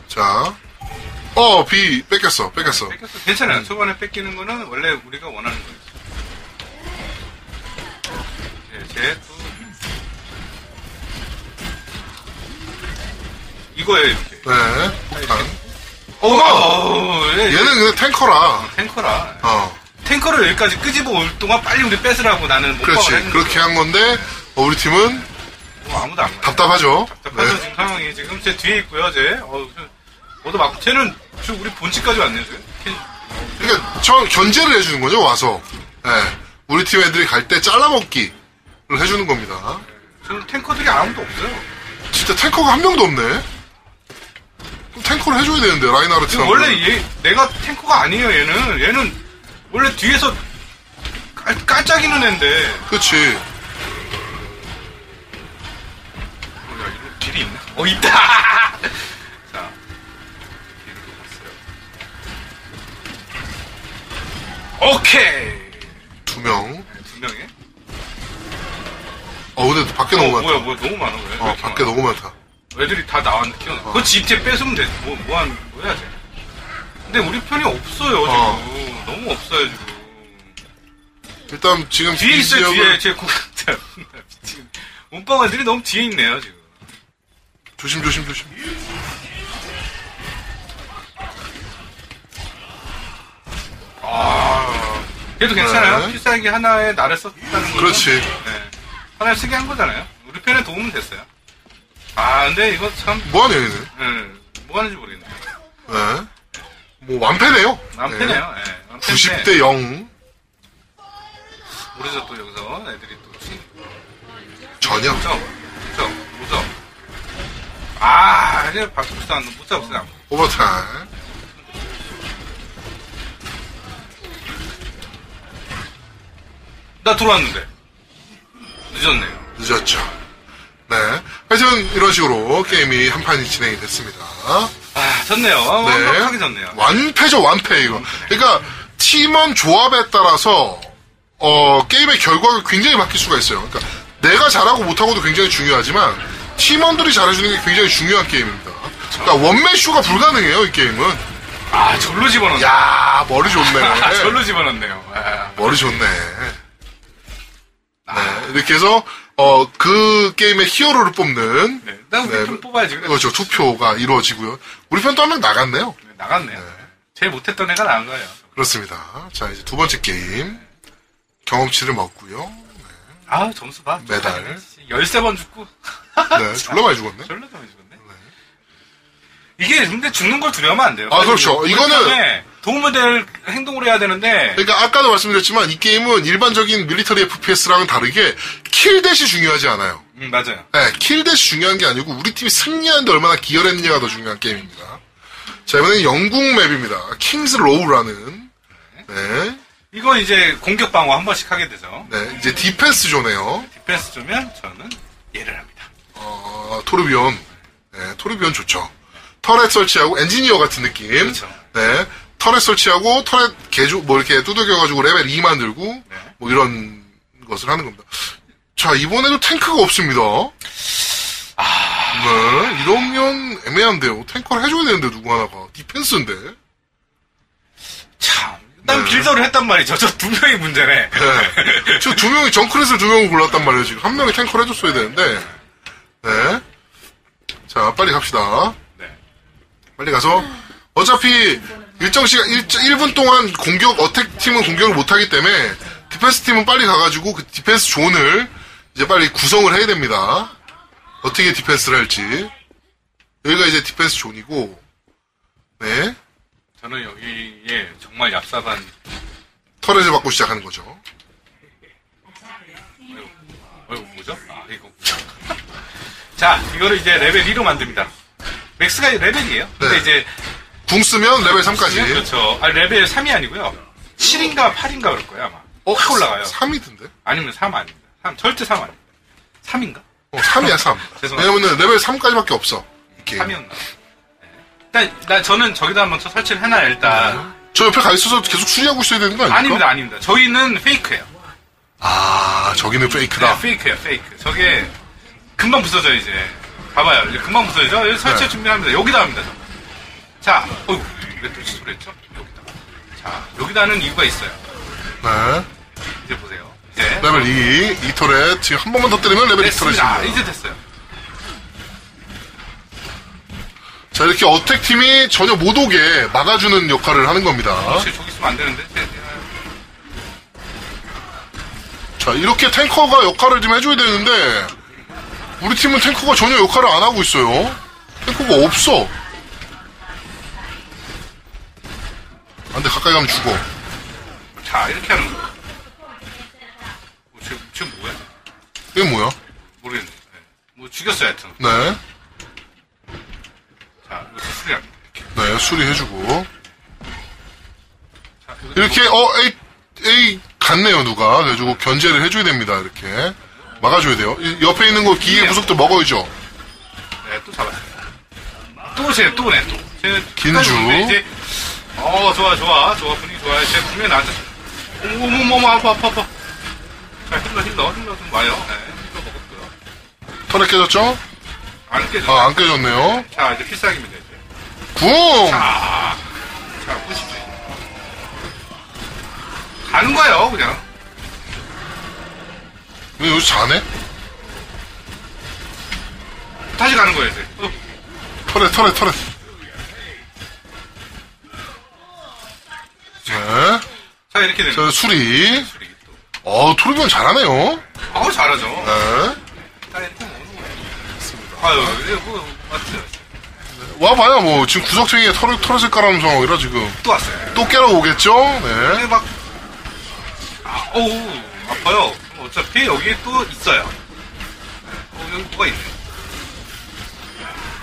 Speaker 1: 자, 어, B 뺏겼어, 뺏겼어.
Speaker 4: 뺏겼어. 괜찮아요. 초반에 뺏기는 거는 원래 우리가 원하는 거예요. 네, 제 또. 이거예요, 이렇게.
Speaker 1: 네, 폭탄.
Speaker 4: 어, 어, 어, 예,
Speaker 1: 얘는 근데 탱커라.
Speaker 4: 탱커라.
Speaker 1: 어,
Speaker 4: 탱커를 여기까지 끄집어 올 동안 빨리 우리 뺏으라고 나는 못박을
Speaker 1: 그렇지.
Speaker 4: 했는데
Speaker 1: 그렇게 한 건데 어, 우리 팀은
Speaker 4: 뭐 아무도 안 가요.
Speaker 1: 답답하죠.
Speaker 4: 답답하죠
Speaker 1: 네.
Speaker 4: 지금 상황이 지금 제 뒤에 있고요 제 어, 저- 얻어 맞고 쟤는 지금 우리 본집까지 왔네요 지금
Speaker 1: 그러니까 저 견제를 해주는 거죠 와서. 네, 우리 팀 애들이 갈 때 잘라먹기를 해주는 겁니다.
Speaker 4: 지금 탱커들이 아무도 없어요
Speaker 1: 진짜 탱커가 한 명도 없네. 그럼 탱커를 해줘야 되는데 라인하르트.
Speaker 4: 지금 원래 얘 내가 탱커가 아니에요 얘는 얘는 원래 뒤에서 깔, 깔짝이는 애인데
Speaker 1: 그렇지.
Speaker 4: 어, 야, 이런 길이 있나? 어 있다 자 길로 갔어요 오케이
Speaker 1: 두 명.
Speaker 4: 두 명에
Speaker 1: 어 근데 밖에
Speaker 4: 어,
Speaker 1: 너무 많다.
Speaker 4: 뭐야 뭐야 너무 많아 왜
Speaker 1: 어,
Speaker 4: 이렇게
Speaker 1: 밖에
Speaker 4: 많아?
Speaker 1: 너무 많다.
Speaker 4: 애들이 다 나왔는데 튀어나. 그거 GTA 뺏으면 되지. 뭐, 뭐 하는 거야, 쟤. 근데 우리 편이 없어요, 지금.
Speaker 1: 어.
Speaker 4: 너무 없어요, 지금.
Speaker 1: 일단 지금
Speaker 4: 뒤에
Speaker 1: 이
Speaker 4: 있어요,
Speaker 1: 지역을
Speaker 4: 뒤에. 제 고객들. 미친. 몸빵아들이 너무 뒤에 있네요, 지금.
Speaker 1: 조심 조심 조심.
Speaker 4: 그래도 괜찮아요.
Speaker 1: 아. 네.
Speaker 4: 필살기 하나에 나를 썼다는 거.
Speaker 1: 그렇지.
Speaker 4: 네. 하나를 쓰게 한 거잖아요. 우리 편에 도움은 됐어요. 아, 근데 이거 참,
Speaker 1: 뭐하네요 얘는.
Speaker 4: 예, 뭐 하는지 모르겠네요.
Speaker 1: 네. 뭐 완패네요.
Speaker 4: 남편이에요, 예. 남편인데
Speaker 1: 90대 0
Speaker 4: 모르죠, 또 여기서. 애들이 또. 친-
Speaker 1: 전혀.
Speaker 4: 무적, 무적, 무적. 아, 이제 박수부터 안, 못 잡았어요.
Speaker 1: 오버타임.
Speaker 4: 나 들어왔는데. 늦었네요.
Speaker 1: 늦었죠. 네. 하여튼 이런 식으로 게임이 한 판이 진행이 됐습니다.
Speaker 4: 아, 졌네요.
Speaker 1: 네.
Speaker 4: 완벽하게 졌네요.
Speaker 1: 완패죠, 완패, 이거. 그러니까, 팀원 조합에 따라서, 어, 게임의 결과가 굉장히 바뀔 수가 있어요. 그러니까, 내가 잘하고 못하고도 굉장히 중요하지만, 팀원들이 잘해주는 게 굉장히 중요한 게임입니다. 그러니까,
Speaker 4: 그렇죠.
Speaker 1: 원맨쇼가 불가능해요, 이 게임은.
Speaker 4: 아, 절로 집어넣네.
Speaker 1: 야 머리
Speaker 4: 아,
Speaker 1: 좋네.
Speaker 4: 절로 집어넣네요. 아,
Speaker 1: 머리 좋네. 네. 이렇게 해서, 어, 그 게임의 히어로를 뽑는,
Speaker 4: 네. 나 우리
Speaker 1: 네.
Speaker 4: 편 뽑아야지. 근데
Speaker 1: 그렇죠, 투표가 이루어지고요. 우리 편도 한 명 나갔네요.
Speaker 4: 나갔네요. 제일 못했던 애가 나은 거예요.
Speaker 1: 그렇습니다. 자, 이제 두 번째 게임. 경험치를 먹고요.
Speaker 4: 아 점수 봐.
Speaker 1: 메달.
Speaker 4: 13번 죽고.
Speaker 1: 네, 졸라 많이 죽었네.
Speaker 4: 절로 많이 죽었네. 이게 근데 죽는 걸 두려우면 안 돼요.
Speaker 1: 아, 그렇죠.
Speaker 4: 그래서
Speaker 1: 이거는-
Speaker 4: 그다음에 도움을 될 행동을 해야 되는데.
Speaker 1: 그러니까 아까도 말씀드렸지만 이 게임은 일반적인 밀리터리 FPS랑은 다르게 킬 대시 중요하지 않아요.
Speaker 4: 음, 맞아요.
Speaker 1: 네, 킬 대시 중요한 게 아니고 우리 팀이 승리하는데 얼마나 기여했느냐가 더 중요한 게임입니다. 자, 이번엔 영국 맵입니다. 킹스 로우라는 네,
Speaker 4: 이건 이제 공격 방어 한 번씩 하게 되죠.
Speaker 1: 네, 이제 디펜스 존에요.
Speaker 4: 디펜스 주면 저는 예를 합니다.
Speaker 1: 어, 토르비온. 네, 토르비온 좋죠. 터렛 설치하고 엔지니어 같은 느낌.
Speaker 4: 그렇죠.
Speaker 1: 네. 터렛 설치하고 터렛 개조 뭐 이렇게 두들겨가지고 레벨 2 만들고
Speaker 4: 네.
Speaker 1: 뭐 이런 것을 하는 겁니다. 자 이번에도 탱크가 없습니다.
Speaker 4: 아.
Speaker 1: 네. 이러면 애매한데요. 탱커를 해줘야 되는데 누구 하나가 디펜스인데.
Speaker 4: 참. 난
Speaker 1: 네.
Speaker 4: 빌더를 했단 말이죠. 저 두 명이 문제네.
Speaker 1: 네. 지금 두 명이 정크렛을 두 명을 골랐단 말이에요. 지금 한 명이 탱커를 해줬어야 되는데. 네. 자 빨리 갑시다.
Speaker 4: 네.
Speaker 1: 빨리 가서 어차피 일정 시간 일, 1분 동안 공격 어택 팀은 공격을 못 하기 때문에 디펜스 팀은 빨리 가가지고 그 디펜스 존을 이제 빨리 구성을 해야 됩니다. 어떻게 디펜스를 할지 여기가 이제 디펜스 존이고 네
Speaker 4: 저는 여기에 정말 얍삽한
Speaker 1: 터렛을 받고 시작하는 거죠.
Speaker 4: 어이구 뭐죠? 아 이거 자 이거를 이제 레벨 2로 만듭니다 맥스가 레벨이에요 근데
Speaker 1: 네.
Speaker 4: 이제
Speaker 1: 궁 쓰면 레벨 3까지
Speaker 4: 그렇죠 아 레벨 3이 아니고요 7인가 8인가 그럴 거예요 아마
Speaker 1: 어,
Speaker 4: 어, 확 올라가요
Speaker 1: 3이던데?
Speaker 4: 아니면 3 아닙니다 3 절대 3 아닙니다 3인가?
Speaker 1: 어 3이야 3.
Speaker 4: 죄송합니다.
Speaker 1: 왜냐면은 레벨 3까지밖에 없어. 이 게임.
Speaker 4: 3이었나? 일단 나 저는 저기다 한번 저 설치를 해놔요 일단
Speaker 1: 저 옆에 가 있어서 계속 추리하고 있어야 되는 거 아닙니까?
Speaker 4: 아닙니다 아닙니다 저희는 페이크예요
Speaker 1: 아 저기는 페이크다.
Speaker 4: 네, 페이크예요 페이크 저게 금방 부서져요 이제 봐봐요 이제 금방 부서지죠 여기 설치
Speaker 1: 네.
Speaker 4: 준비합니다 여기다 합니다 저. 자 어이구 왜또 시소리 했죠 여기다 자 여기다 하는 이유가 있어요
Speaker 1: 네.
Speaker 4: 이제 보세요 이제
Speaker 1: 레벨 2, 2터렛. 지금 한 번만 더 때리면 레벨 2터렛입니다.
Speaker 4: 됐습니다 아, 이제 됐어요
Speaker 1: 자, 이렇게 어택팀이 전혀 못 오게 막아주는 역할을 하는 겁니다.
Speaker 4: 사실 저기 있으면 안 되는데 네, 네.
Speaker 1: 자, 이렇게 탱커가 역할을 좀 해줘야 되는데, 우리 팀은 탱커가 전혀 역할을 안 하고 있어요. 탱커가 없어. 안 돼, 아, 가까이 가면 죽어.
Speaker 4: 자 이렇게 하는 거예요 뭐, 지금, 지금 뭐야
Speaker 1: 이게 뭐야?
Speaker 4: 모르겠네 네. 뭐 죽였어요 하여튼
Speaker 1: 네.
Speaker 4: 자 이거 수술이랍니다
Speaker 1: 네, 수리해주고. 이렇게, 어, 에이, 에이, 갔네요, 누가. 그래가지고 견제를 해줘야 됩니다, 이렇게. 막아줘야 돼요. 이 옆에 있는 거 기계 구속도 먹어야죠.
Speaker 4: 예, 네또 잡았어요 또쟤또 오네 또쟤
Speaker 1: 긴주.
Speaker 4: 이제 어 좋아 좋아 좋아 분위기 좋아요 쟤 분명히 나한테 어머머머 아파 아파 아파 예, 자 힐러 힐러 힐러 좀 와요 네 힐러 먹었고요
Speaker 1: 터렛 깨졌죠?
Speaker 4: 안 깨져.
Speaker 1: 아, 안 깨졌네요.
Speaker 4: 자, 이제 필살기면 되지.
Speaker 1: 궁!
Speaker 4: 자, 부시지. 가는 거예요, 그냥.
Speaker 1: 왜 여기서 자네?
Speaker 4: 다시 가는 거예요, 이제. 어,
Speaker 1: 털에, 털에, 털에. 네.
Speaker 4: 자, 이렇게 되는
Speaker 1: 저
Speaker 4: 거예요.
Speaker 1: 수리.
Speaker 4: 우리 또.
Speaker 1: 어, 토르비온 잘하네요.
Speaker 4: 아우, 잘하죠.
Speaker 1: 네.
Speaker 4: 다 이렇게 먹는 거예요. 아유, 이거 뭐, 맞지?
Speaker 1: 와봐야 뭐, 지금 구석탱이에 털, 털었을 까라는 상황이라 지금.
Speaker 4: 또 왔어요.
Speaker 1: 또 깨러 오겠죠? 네.
Speaker 4: 근데 막, 아, 어우, 아파요. 어차피 여기에 또 있어요. 어, 여기 뭐가 있네.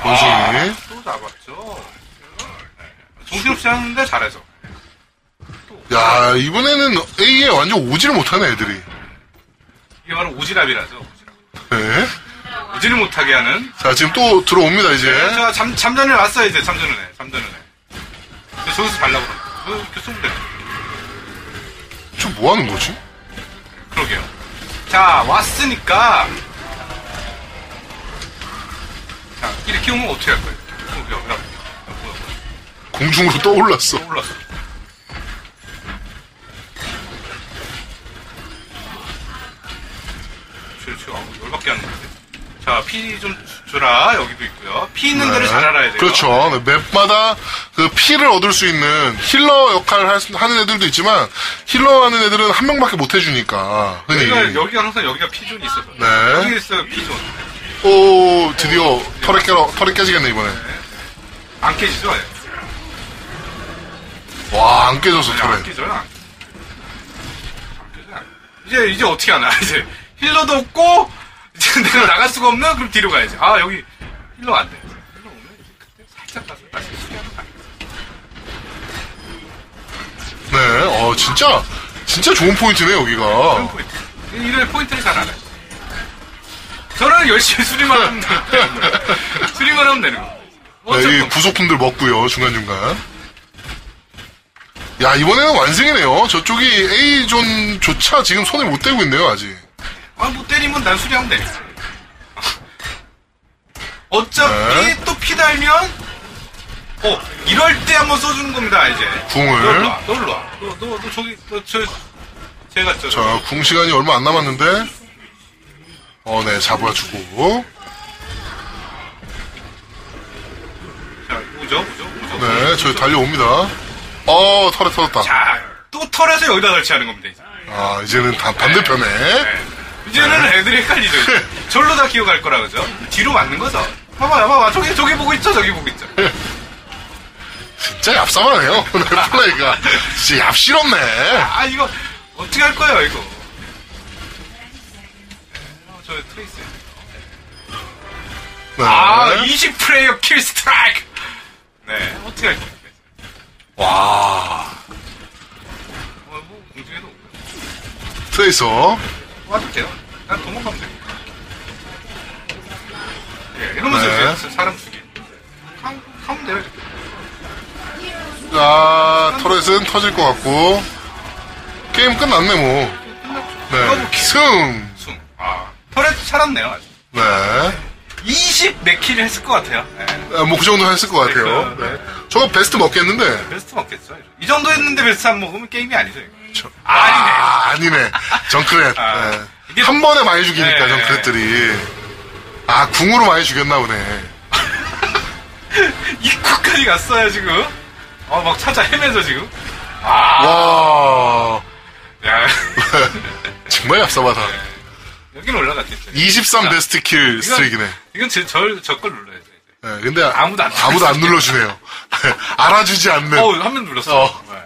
Speaker 1: 원숭이.
Speaker 4: 또 잡았죠. 정신없이 하는데 잘해서.
Speaker 1: 야, 이번에는 A에 완전 오지를 못하네, 애들이.
Speaker 4: 이게 바로 오지랖이라죠. 오지랖.
Speaker 1: 네.
Speaker 4: 오지를 못하게 하는.
Speaker 1: 자, 지금 또 들어옵니다, 이제.
Speaker 4: 제가 잠, 잠전을 왔어요, 이제. 잠전을 해. 잠전을 해. 근데 저기서 달라고 그러네. 교수님들.
Speaker 1: 좀 뭐 하는 거지?
Speaker 4: 그러게요. 자, 왔으니까. 자, 이렇게 오면 어떻게 할 거예요? 어, 야, 야, 야, 뭐야, 뭐야.
Speaker 1: 공중으로 떠올랐어.
Speaker 4: 또 올랐어. 저, 저, 아우, 어, 열받게 하는 건데. 자, 피 좀 주라. 여기도 있고요. 피 있는 데를 잘 알아야 돼요.
Speaker 1: 그렇죠. 네, 맵마다 그 피를 얻을 수 있는 힐러 역할을 할 수- 하는 애들도 있지만 힐러 하는 애들은 한 명밖에 못 해주니까 흔히.
Speaker 4: 여기가, 여기가 항상 여기가 피존이 있어서.
Speaker 1: 네.
Speaker 4: 여기 있어요, 피존.
Speaker 1: 오 드디어 털에 깨러 털에 깨지겠네 이번에.
Speaker 4: 안 깨지죠? 예.
Speaker 1: 와 안 깨졌어
Speaker 4: 아니, 안
Speaker 1: 털에.
Speaker 4: 깨져요. 안 깨져요. 안 깨져요. 이제, 이제 어떻게 하나. 이제 힐러도 없고, 이제 내가 나갈 수가 없나? 그럼 뒤로 가야지. 아, 여기 힐러 안 돼. 힐러 오면 이제 그때 살짝 가서 다시 수리하는 거 아니야?
Speaker 1: 네. 어 진짜 진짜 좋은 포인트네
Speaker 4: 이런
Speaker 1: 여기가.
Speaker 4: 포인트. 이런 포인트를 잘 알아요. 저는 열심히 수리만 하면 되는 거예요. 수리만 하면 되는 거예요.
Speaker 1: 네, 이
Speaker 4: 어쨌든
Speaker 1: 부속품들 먹고요 중간 중간. 야 이번에는 완승이네요. 저쪽이 A 존조차 지금 손을 못 대고 있네요 아직.
Speaker 4: 아, 뭐 때리면 난 수리하면 돼. 어차피
Speaker 1: 네.
Speaker 4: 또 피달면, 어, 이럴 때 한번 써주는 겁니다, 이제.
Speaker 1: 궁을.
Speaker 4: 너 일로 와, 너 일로 와. 너, 너, 너 저기, 너 저, 제가 저,
Speaker 1: 자, 궁 시간이 얼마 안 남았는데. 어, 네, 잡아주고.
Speaker 4: 자, 오죠, 오죠, 오죠.
Speaker 1: 네, 저희 달려옵니다. 어, 털에 터졌다.
Speaker 4: 자, 또 털에서 여기다 설치하는 겁니다, 이제.
Speaker 1: 아, 이제는 다 반대편에.
Speaker 4: 네. 이제는 애들이 헷갈리죠, 이제. 절로 다 기어갈 거라, 그죠? 뒤로 맞는 거죠. 봐봐, 봐봐, 저기, 저기 보고 있죠, 저기 보고 있죠.
Speaker 1: 진짜 얍삽하네요. 오늘 플레이가. 진짜 얍실없네.
Speaker 4: 아 이거 어떻게 할 거예요 이거 어, 저 트레이스
Speaker 1: 네.
Speaker 4: 아 20플레이어 킬 스트라이크 네 어떻게 할 거예요 와 어, 뭐, 공중에도 없고요.
Speaker 1: 트레이서.
Speaker 4: 와도 돼요 난 도망가면 돼요 예 이러면서
Speaker 1: 네.
Speaker 4: 이제 사람 죽이 한- 한번 내려줄게
Speaker 1: 아, 터렛은 터질 것 같고. 게임 끝났네, 뭐. 네. 승.
Speaker 4: 숨아 털에 살았네요 아직
Speaker 1: 네.
Speaker 4: 20몇 킬을 했을 것 같아요 네. 그
Speaker 1: 아, 뭐, 그 정도 했을 것 같아요. 네. 저거 베스트 먹겠는데.
Speaker 4: 베스트 먹겠죠 이 정도 했는데 베스트 안 먹으면 게임이 아니죠 이거
Speaker 1: 저-
Speaker 4: 아니네
Speaker 1: 아, 아니네. 정크렛.
Speaker 4: 아,
Speaker 1: 네.
Speaker 4: 이게-
Speaker 1: 한 번에 많이 죽이니까,
Speaker 4: 네.
Speaker 1: 정크렛들이. 아, 궁으로 많이 죽였나 보네.
Speaker 4: 입구까지 갔어요 지금. 아 막 찾아 헤매서 지금. 아.
Speaker 1: 와,
Speaker 4: 야
Speaker 1: 정말 얍삽하다.
Speaker 4: 여기는 올라갔겠죠.
Speaker 1: 23 베스트 킬 스트릭이네.
Speaker 4: 네. 이건 제절저걸 눌러야 돼. 이제.
Speaker 1: 네, 근데
Speaker 4: 아무도 안
Speaker 1: 눌러주네요. 알아주지 않는.
Speaker 4: 어우 한명 눌렀어.
Speaker 1: 어.
Speaker 4: 네.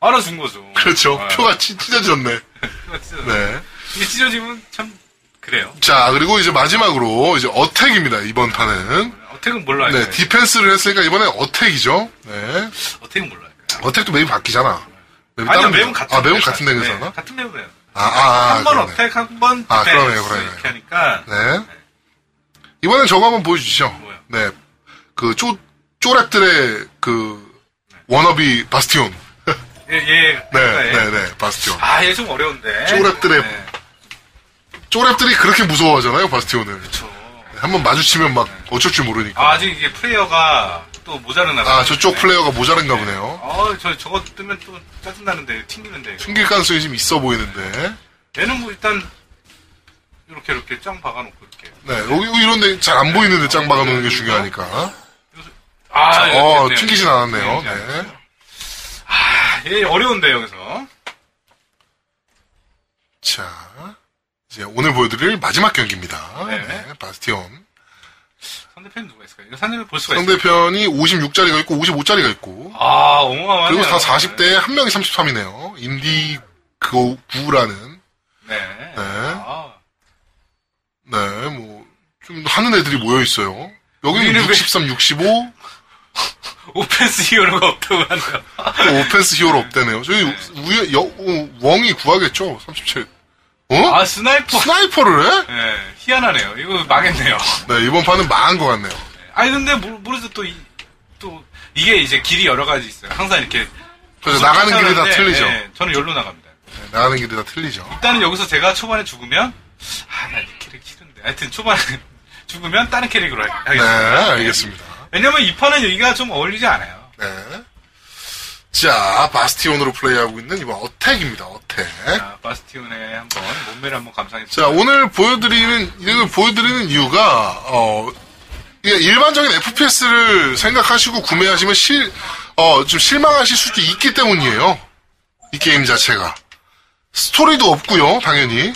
Speaker 4: 알아준 거죠.
Speaker 1: 그렇죠.
Speaker 4: 네.
Speaker 1: 표가 찢- 찢어졌네.
Speaker 4: 표가 찢어져.
Speaker 1: 네.
Speaker 4: 이게 찢어지면 참 그래요.
Speaker 1: 자, 그리고 이제 마지막으로 이제 어택입니다, 이번 판은.
Speaker 4: 어택은 몰라요.
Speaker 1: 네, 디펜스를 했으니까 이번엔 어택이죠. 네.
Speaker 4: 어택은 몰라요.
Speaker 1: 어택도 매이 바뀌잖아. 맵이
Speaker 4: 아니요
Speaker 1: 다른
Speaker 4: 매운
Speaker 1: 데서-
Speaker 4: 같은
Speaker 1: 아, 매운
Speaker 4: 데서
Speaker 1: 같은
Speaker 4: 할-
Speaker 1: 데서
Speaker 4: 네,
Speaker 1: 하나?
Speaker 4: 같은 매운데요.
Speaker 1: 아, 아, 아,
Speaker 4: 한 번
Speaker 1: 그러네.
Speaker 4: 어택 한번
Speaker 1: 아,
Speaker 4: 디펜스
Speaker 1: 그러네요, 그러네요.
Speaker 4: 이렇게 하니까
Speaker 1: 네. 이번엔 저거 한번 보여주시죠.
Speaker 4: 뭐요?
Speaker 1: 네. 그, 쪼, 쪼랩들의 그, 워너비 바스티온.
Speaker 4: 예, 예.
Speaker 1: 네,
Speaker 4: 그러니까, 예.
Speaker 1: 네, 네, 바스티온.
Speaker 4: 아얘 좀 어려운데.
Speaker 1: 쪼랩들의
Speaker 4: 네.
Speaker 1: 쪼랩들이 그렇게 무서워하잖아요, 바스티온을. 네,
Speaker 4: 그렇죠.
Speaker 1: 한번 마주치면 막 어쩔 줄 모르니까.
Speaker 4: 아, 아직 이게 플레이어가 또 모자르나 봐요.
Speaker 1: 아, 저쪽 플레이어가 모자란가 보네요.
Speaker 4: 어, 저, 저거 뜨면 또 짜증나는데, 튕기는데.
Speaker 1: 숨길 가능성이 좀 있어 보이는데.
Speaker 4: 얘는 뭐 일단, 이렇게 이렇게 짱 박아놓고, 이렇게.
Speaker 1: 네, 여기 이런데 잘 안 보이는데 짱 박아놓는 게 중요하니까.
Speaker 4: 아,
Speaker 1: 어,
Speaker 4: 이렇게 됐네요.
Speaker 1: 튕기진 않았네요.
Speaker 4: 튕기지 않았어요.
Speaker 1: 네.
Speaker 4: 아, 얘 어려운데, 여기서.
Speaker 1: 자, 이제 오늘 보여드릴 마지막 경기입니다.
Speaker 4: 네.
Speaker 1: 네, 바스티온.
Speaker 4: 상대편 누가 있을까요? 이거 상대편 볼 수가 있어요.
Speaker 1: 상대편이 56짜리가 있고 55짜리가 있고
Speaker 4: 아, 어마어마하네.
Speaker 1: 그리고 다 40대에 한 명이 33이네요. 인디 그 구라는
Speaker 4: 네.
Speaker 1: 네.
Speaker 4: 아,
Speaker 1: 네, 뭐 좀 하는 애들이 모여 있어요. 여기는
Speaker 4: 우리는 왜-
Speaker 1: 63, 65
Speaker 4: 오펜스 히어로가 없다고 한다.
Speaker 1: 또 오펜스 히어로 없대네요. 저기 우에 여, 어, 웡이 구하겠죠. 37. 어?
Speaker 4: 아, 스나이퍼.
Speaker 1: 스나이퍼를 해?
Speaker 4: 네, 희한하네요. 이거 망했네요.
Speaker 1: 네, 이번 판은 망한 것 같네요.
Speaker 4: 아니, 근데 모르, 모르죠. 또, 이, 또, 이게 이제 길이 여러 가지 있어요. 항상 이렇게.
Speaker 1: 그래서 나가는 길이 다
Speaker 4: 쫓아가는데,
Speaker 1: 틀리죠.
Speaker 4: 예, 저는 여기로 나갑니다.
Speaker 1: 네, 나가는 길이 다 틀리죠.
Speaker 4: 일단은 여기서 제가 초반에 죽으면, 아, 나 이 캐릭 싫은데. 하여튼 초반에 죽으면 다른 캐릭으로 하-
Speaker 1: 네,
Speaker 4: 하겠습니다.
Speaker 1: 알겠습니다.
Speaker 4: 왜냐면 이 판은 여기가 좀 어울리지 않아요.
Speaker 1: 네. 자, 바스티온으로 플레이하고 있는 이번 어택입니다. 어택.
Speaker 4: 자, 아, 바스티온의 한번 몸매를 한번 감상해보세요.
Speaker 1: 자, 오늘 보여드리는, 이걸 보여드리는 이유가, 어, 예, 일반적인 FPS를 생각하시고 구매하시면 실, 어, 좀 실망하실 수도 있기 때문이에요. 이 게임 자체가. 스토리도 없고요 당연히.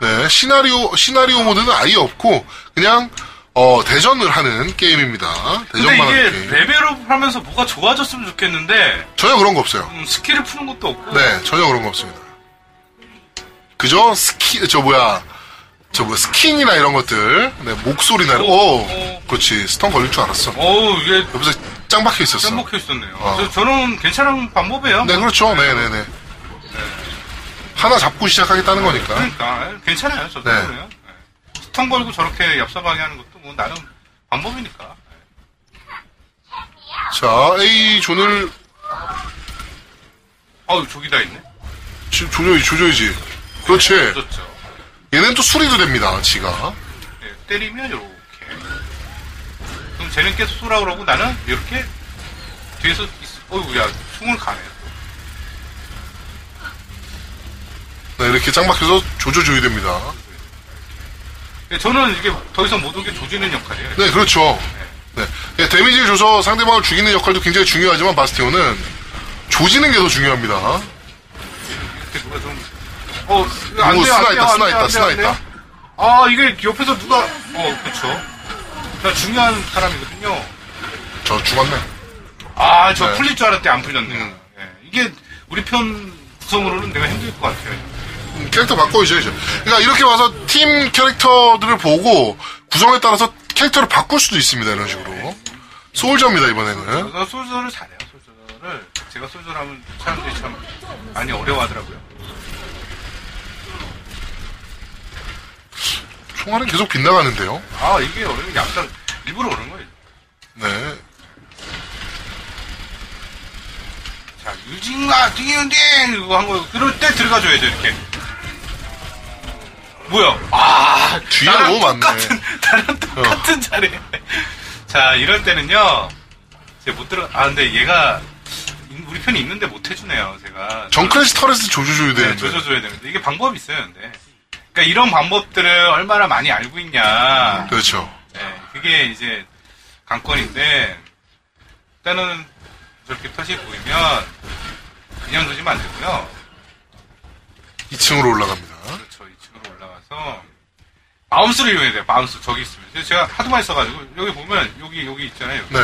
Speaker 1: 네, 시나리오, 시나리오 모드는 아예 없고, 그냥, 어, 대전을 하는 게임입니다.
Speaker 4: 근데
Speaker 1: 대전만
Speaker 4: 이게
Speaker 1: 하는 게임.
Speaker 4: 레벨업 하면서 뭐가 좋아졌으면 좋겠는데,
Speaker 1: 전혀 그런 거 없어요.
Speaker 4: 음, 스킬을 푸는 것도 없고,
Speaker 1: 네, 전혀 그런 거 없습니다. 그저 스키, 저 뭐야, 저 뭐 스킨이나 이런 것들, 네, 목소리나, 이런-
Speaker 4: 오,
Speaker 1: 오,
Speaker 4: 오.
Speaker 1: 그렇지, 스턴 걸릴 줄 알았어.
Speaker 4: 어우, 이게
Speaker 1: 옆에서 짱 박혀 있었어.
Speaker 4: 짠먹혀 있었네요.
Speaker 1: 어.
Speaker 4: 저, 저는 괜찮은 방법이에요.
Speaker 1: 네, 그렇죠. 네, 네, 네. 하나 잡고 시작하겠다는 거니까.
Speaker 4: 그러니까 괜찮아요. 저도
Speaker 1: 네.
Speaker 4: 그래요. 네. 스턴 걸고 저렇게 얍삽하게 하는 것도 뭐 나름 방법이니까.
Speaker 1: 자, A 존을,
Speaker 4: 어우 저기 다 있네.
Speaker 1: 지- 조져야지, 조져야지. 그렇지.
Speaker 4: 좋죠.
Speaker 1: 얘는 또 수리도 됩니다, 지가.
Speaker 4: 네, 때리면 이렇게. 그럼 쟤는 계속 쏘라 그러고 나는 이렇게 뒤에서 있- 어이구 야 총을 가네.
Speaker 1: 네, 이렇게 짱 박혀서 조져줘야 됩니다.
Speaker 4: 근데 예, 저는 이게 더 이상 못 오게 조지는 역할이에요.
Speaker 1: 네, 그렇죠. 네. 예, 데미지를 줘서 상대방을 죽이는 역할도 굉장히 중요하지만 바스티온은 조지는 게 더 중요합니다.
Speaker 4: 이렇게 누가 좀 어, 이거 안
Speaker 1: 오,
Speaker 4: 돼요, 안
Speaker 1: 스나
Speaker 4: 돼요,
Speaker 1: 있다, 스나
Speaker 4: 안 돼요,
Speaker 1: 있다,
Speaker 4: 안 돼요,
Speaker 1: 스나
Speaker 4: 안 돼요.
Speaker 1: 있다.
Speaker 4: 아, 이게 옆에서 누가, 어, 그쵸. 나 중요한 사람이거든요.
Speaker 1: 저 죽었네.
Speaker 4: 아, 저
Speaker 1: 네.
Speaker 4: 풀릴 줄 알았대, 안 풀렸네요. 예, 이게 우리 편 구성으로는 내가 힘들 것 같아요.
Speaker 1: 음, 캐릭터 바꿔야죠, 이제. 그러니까 이렇게 와서 팀 캐릭터들을 보고 구성에 따라서 캐릭터를 바꿀 수도 있습니다, 이런 식으로. 소울저입니다, 이번에는.
Speaker 4: 그래서 솔저를 잘해요, 솔저를. 제가 솔저라면 사람들이 참 많이 어려워하더라고요.
Speaker 1: 총알은 계속 빗나가는데요.
Speaker 4: 아, 이게 어려운 게 약간 일부러 그런 거예요.
Speaker 1: 네.
Speaker 4: 자, 유진아, 띵띵띵! 이거 한 거, 그럴 때 들어가줘야죠, 이렇게. 뭐야? 아,
Speaker 1: 뒤에
Speaker 4: 나랑
Speaker 1: 너무 많네.
Speaker 4: 똑같은, 나랑 똑같은 자리에. 자, 이럴 때는요, 제가 못 들어, 아, 근데 얘가, 음, 우리 편이 있는데 못 해주네요, 제가.
Speaker 1: 정크래시 터렛을 조져줘야
Speaker 4: 네,
Speaker 1: 되는데.
Speaker 4: 조져줘야 되는데. 이게 방법이 있어요, 근데. 그러니까 이런 방법들을 얼마나 많이 알고 있냐.
Speaker 1: 그렇죠.
Speaker 4: 네, 그게 이제 관건인데 일단은 저렇게 덫이 보이면 그냥 두시면 안 되고요.
Speaker 1: 2층으로 올라갑니다.
Speaker 4: 그렇죠. 2층으로 올라가서 마음수를 이용해야 돼요. 마음수 저기 있으면 그래서 제가 하도 많이 써가지고 여기 보면 여기 여기 있잖아요. 여기.
Speaker 1: 네.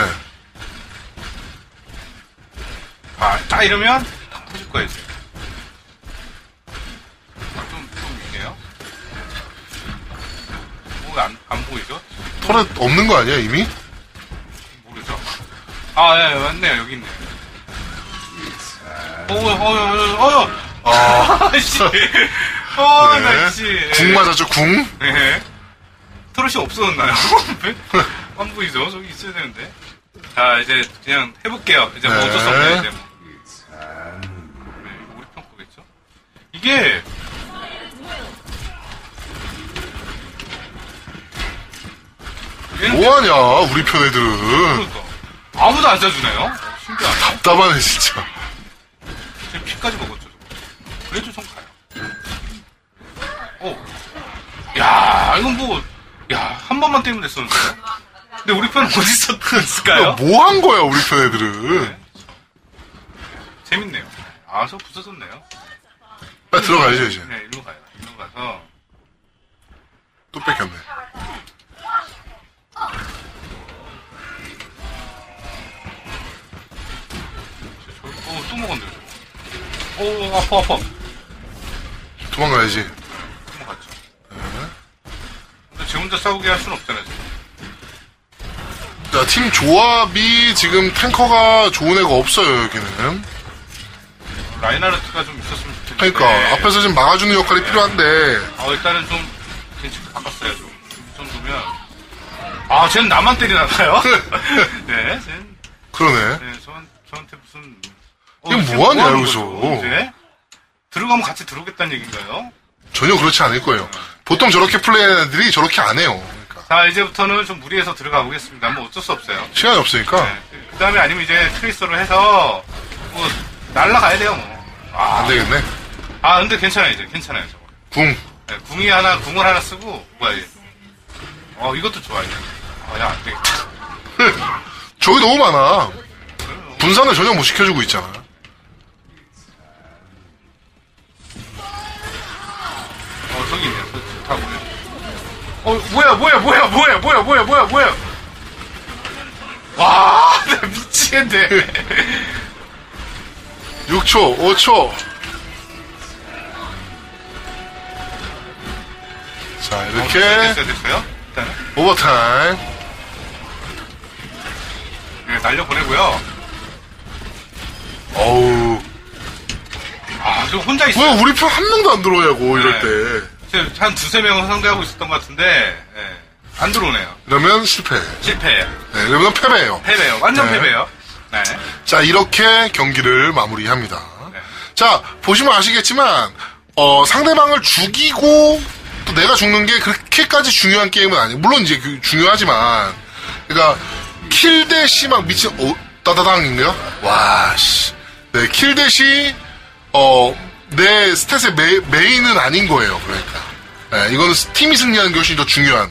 Speaker 4: 아, 딱 이러면 탁 터질 거예요. 이제. 아, 좀, 좀 이래요. 뭐 안 안 보이죠?
Speaker 1: 터렛 없는 거 아니야, 이미?
Speaker 4: 모르죠. 아, 예, 예, 맞네요. 여기 있네요. 어우, 어우, 어우, 어우, 아, 씨. 어, 나, 씨.
Speaker 1: 네. 궁 맞았죠, 궁?
Speaker 4: 네. 토르시 없어졌나요? 왜? 안 보이죠? 저기 있어야 되는데. 자, 이제 그냥 해볼게요. 이제 뭐 어쩔 수 없네요,
Speaker 1: 네.
Speaker 4: 이제 뭐. 네, 이거 우리 편 거겠죠? 이게. 얘는
Speaker 1: 뭐하냐 우리 편 애들은
Speaker 4: 그러니까. 아무도 안 싸주네요. 신기하네.
Speaker 1: 답답하네 진짜.
Speaker 4: 제 피까지 먹었죠. 저거. 그래도 좀 가요. 어. 야, 이건 뭐, 야, 한 번만 때리면 됐었는데. 근데 우리 편은 어디 있었을까요? 네.
Speaker 1: 뭐 한 거야 우리 편 애들은.
Speaker 4: 재밌네요. 아, 저 부서졌네요.
Speaker 1: 빨리 들어가야죠 이제.
Speaker 4: 네, 일로 가요. 일로 가서.
Speaker 1: 또 뺏겼네.
Speaker 4: 저, 어, 또 먹었네요. 저거. 어, 아파, 아파.
Speaker 1: 도망가야지.
Speaker 4: 넘어갔죠. 근데 제 혼자 싸우게 할 수는 없잖아요. 지금.
Speaker 1: 자, 팀 조합이 지금 탱커가 좋은 애가 없어요, 여기는.
Speaker 4: 라인하르트가 좀 있었으면 좋겠는데.
Speaker 1: 그러니까,
Speaker 4: 네.
Speaker 1: 앞에서 지금 막아주는 역할이 필요한데,
Speaker 4: 아, 일단은 좀, 괜찮게 바꿨어요, 좀. 이 정도면. 아, 쟤는 나만 때리나 봐요? 네, 쟤는,
Speaker 1: 그러네.
Speaker 4: 네, 저한, 저한테 무슨. 어,
Speaker 1: 이게
Speaker 4: 쟤
Speaker 1: 뭐하냐,
Speaker 4: 하는
Speaker 1: 여기서.
Speaker 4: 거죠, 이제? 들어가면 같이 들어오겠다는 얘기인가요?
Speaker 1: 전혀 그렇지 않을 거예요. 보통 저렇게 플레이하는 애들이 저렇게 안 해요. 그러니까.
Speaker 4: 자, 이제부터는 좀 무리해서 들어가 보겠습니다. 뭐 어쩔 수 없어요.
Speaker 1: 시간이 없으니까,
Speaker 4: 그 다음에 아니면 이제 트리스로 해서, 뭐, 날라가야 돼요, 뭐.
Speaker 1: 안 되겠네.
Speaker 4: 아, 근데 괜찮아요, 이제. 괜찮아요, 저거.
Speaker 1: 궁.
Speaker 4: 네, 궁이 하나, 궁을 하나 쓰고, 뭐야, 얘. 어, 이것도 좋아요. 아, 야, 안 되겠다.
Speaker 1: 저기 너무 많아. 분산을 전혀 못 시켜주고 있잖아.
Speaker 4: 어, 저기 있네. 저, 다 뭐야. 어, 뭐야, 뭐야, 뭐야, 뭐야, 뭐야, 뭐야, 뭐야, 뭐야. 와, 나 미치겠네. 어,
Speaker 1: 6초, 5초. 자, 이렇게
Speaker 4: 됐어요, 됐어요. 일단은.
Speaker 1: 오버타임.
Speaker 4: 네, 날려보내고요.
Speaker 1: 어우.
Speaker 4: 아, 저 혼자 있어요.
Speaker 1: 왜 우리 편 한 명도 안 들어오냐고, 이럴
Speaker 4: 네.
Speaker 1: 때.
Speaker 4: 지금 한 두세 명은 상대하고 있었던 것 같은데, 예. 안 들어오네요.
Speaker 1: 이러면 실패.
Speaker 4: 실패예요.
Speaker 1: 네, 그러면 패배예요.
Speaker 4: 패배요. 완전
Speaker 1: 네.
Speaker 4: 패배요. 네.
Speaker 1: 자, 이렇게 경기를 마무리합니다.
Speaker 4: 네.
Speaker 1: 자, 보시면 아시겠지만, 어, 상대방을 죽이고, 또 내가 죽는 게 그렇게까지 중요한 게임은 아니에요. 물론 이제 그- 중요하지만, 그러니까, 킬 대시 막 미친, 어, 따다당인가요? 와, 씨. 네, 킬 대시, 어, 내 스탯의 메, 메인은 아닌 거예요. 그러니까. 네, 이거는 팀이 승리하는 것이 더 중요한.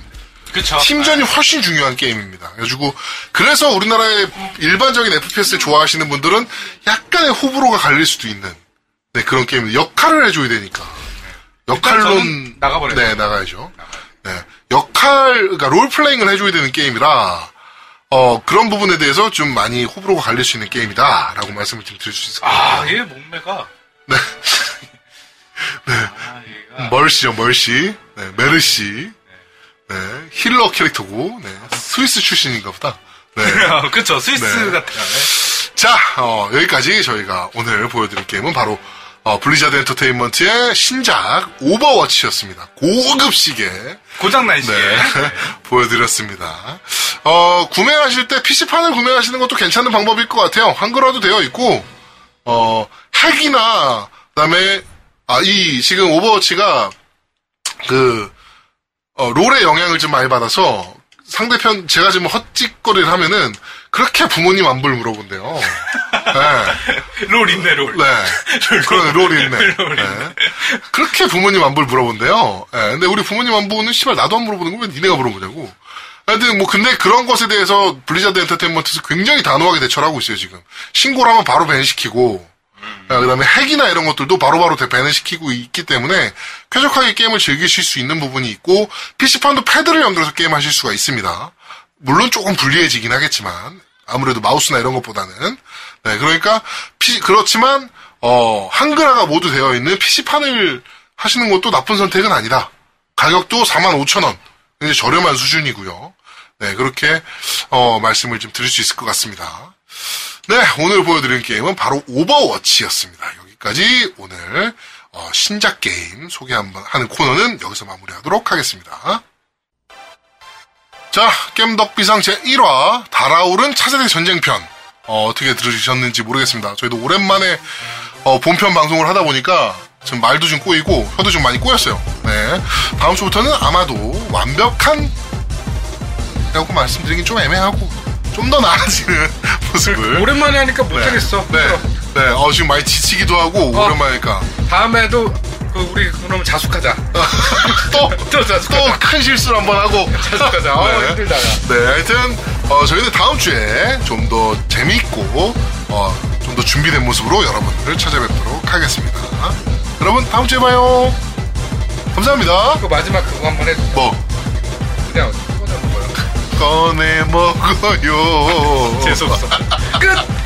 Speaker 4: 그쵸. 네.
Speaker 1: 팀전이 훨씬 중요한 게임입니다. 그래가지고 그래서 우리나라의 일반적인 FPS를 좋아하시는 분들은 약간의 호불호가 갈릴 수도 있는 네, 그런 게임입니다. 역할을 해줘야 되니까 역할론
Speaker 4: 저는 나가버려요.
Speaker 1: 네 나가야죠. 네, 역할 그러니까 롤플레잉을 해줘야 되는 게임이라 어, 그런 부분에 대해서 좀 많이 호불호가 갈릴 수 있는 게임이다라고 말씀을 좀 드릴 수 있을 것 같아요.
Speaker 4: 아, 얘 몸매가.
Speaker 1: 네.
Speaker 4: 아, 얘가.
Speaker 1: 멀시죠 멀시 네, 메르시 네, 힐러 캐릭터고 네, 스위스 출신인가 보다. 네.
Speaker 4: 아, 그쵸. 스위스
Speaker 1: 네.
Speaker 4: 같아요.
Speaker 1: 자, 어, 여기까지 저희가 오늘 보여드릴 게임은 바로 어, 블리자드 엔터테인먼트의 신작 오버워치였습니다. 고급식의
Speaker 4: 고장난 시계.
Speaker 1: 네, 보여드렸습니다. 어, 구매하실 때 PC판을 구매하시는 것도 괜찮은 방법일 것 같아요. 한글화도 되어 있고, 어, 핵이나, 그 다음에, 아, 이, 지금 오버워치가, 그, 어, 롤의 영향을 좀 많이 받아서, 상대편, 제가 지금 헛짓거리를 하면은, 그렇게 부모님 안부를 물어본대요. 네.
Speaker 4: 롤 있네, 롤.
Speaker 1: 네. 그런 롤이 있네. 네. 그렇게 부모님 안부를 물어본대요. 예, 근데 우리 부모님 안부는 씨발 나도 안 물어보는 거왜 니네가 물어보냐고. 하여튼 뭐 근데 그런 것에 대해서 블리자드 엔터테인먼트에서 굉장히 단호하게 대처를 하고 있어요 지금. 신고를 하면 바로 밴시키고 예, 그다음에 핵이나 이런 것들도 바로바로 대- 밴을 시키고 있기 때문에 쾌적하게 게임을 즐기실 수 있는 부분이 있고 PC판도 패드를 연결해서 게임하실 수가 있습니다. 물론 조금 불리해지긴 하겠지만 아무래도 마우스나 이런 것보다는 네 그러니까 피- 그렇지만 어, 한글화가 모두 되어 있는 PC판을 하시는 것도 나쁜 선택은 아니다. 가격도 45,000원 굉장히 저렴한 수준이고요. 네 그렇게 어, 말씀을 좀 드릴 수 있을 것 같습니다. 네, 오늘 보여드린 게임은 바로 오버워치였습니다. 여기까지 오늘 어, 신작 게임 소개 한번 하는 코너는 여기서 마무리하도록 하겠습니다. 자, 겜덕비상 제1화 달아오른 차세대 전쟁편 어, 떻게 들으셨는지 모르겠습니다. 저희도 오랜만에 어, 본편 방송을 하다 보니까 지금 말도 좀 꼬이고 혀도 좀 많이 꼬였어요. 네, 다음 주부터는 아마도 완벽한 대놓고 말씀드리긴 좀 애매하고 좀 더 나아지는 모습을
Speaker 4: 그 오랜만에 하니까 못하겠어.
Speaker 1: 네, 네. 어, 지금 많이 지치기도 하고
Speaker 4: 어.
Speaker 1: 오랜만이니까
Speaker 4: 다음에도 그 우리 그럼 자숙하자. 또 자숙하자.
Speaker 1: 또또 큰 실수를 한번 하고
Speaker 4: 자숙하자. 어,
Speaker 1: 네.
Speaker 4: 힘들다. 야.
Speaker 1: 네, 하여튼 어, 저희는 다음 주에 좀 더 재미있고 어, 좀 더 준비된 모습으로 여러분들을 찾아뵙도록 하겠습니다. 여러분 다음 주에 봐요. 감사합니다.
Speaker 4: 그 마지막 그거 한번 해줘.
Speaker 1: 뭐
Speaker 4: 그냥 꺼내 먹어요.
Speaker 1: 꺼내 먹어요.
Speaker 4: 재수없어. 끝!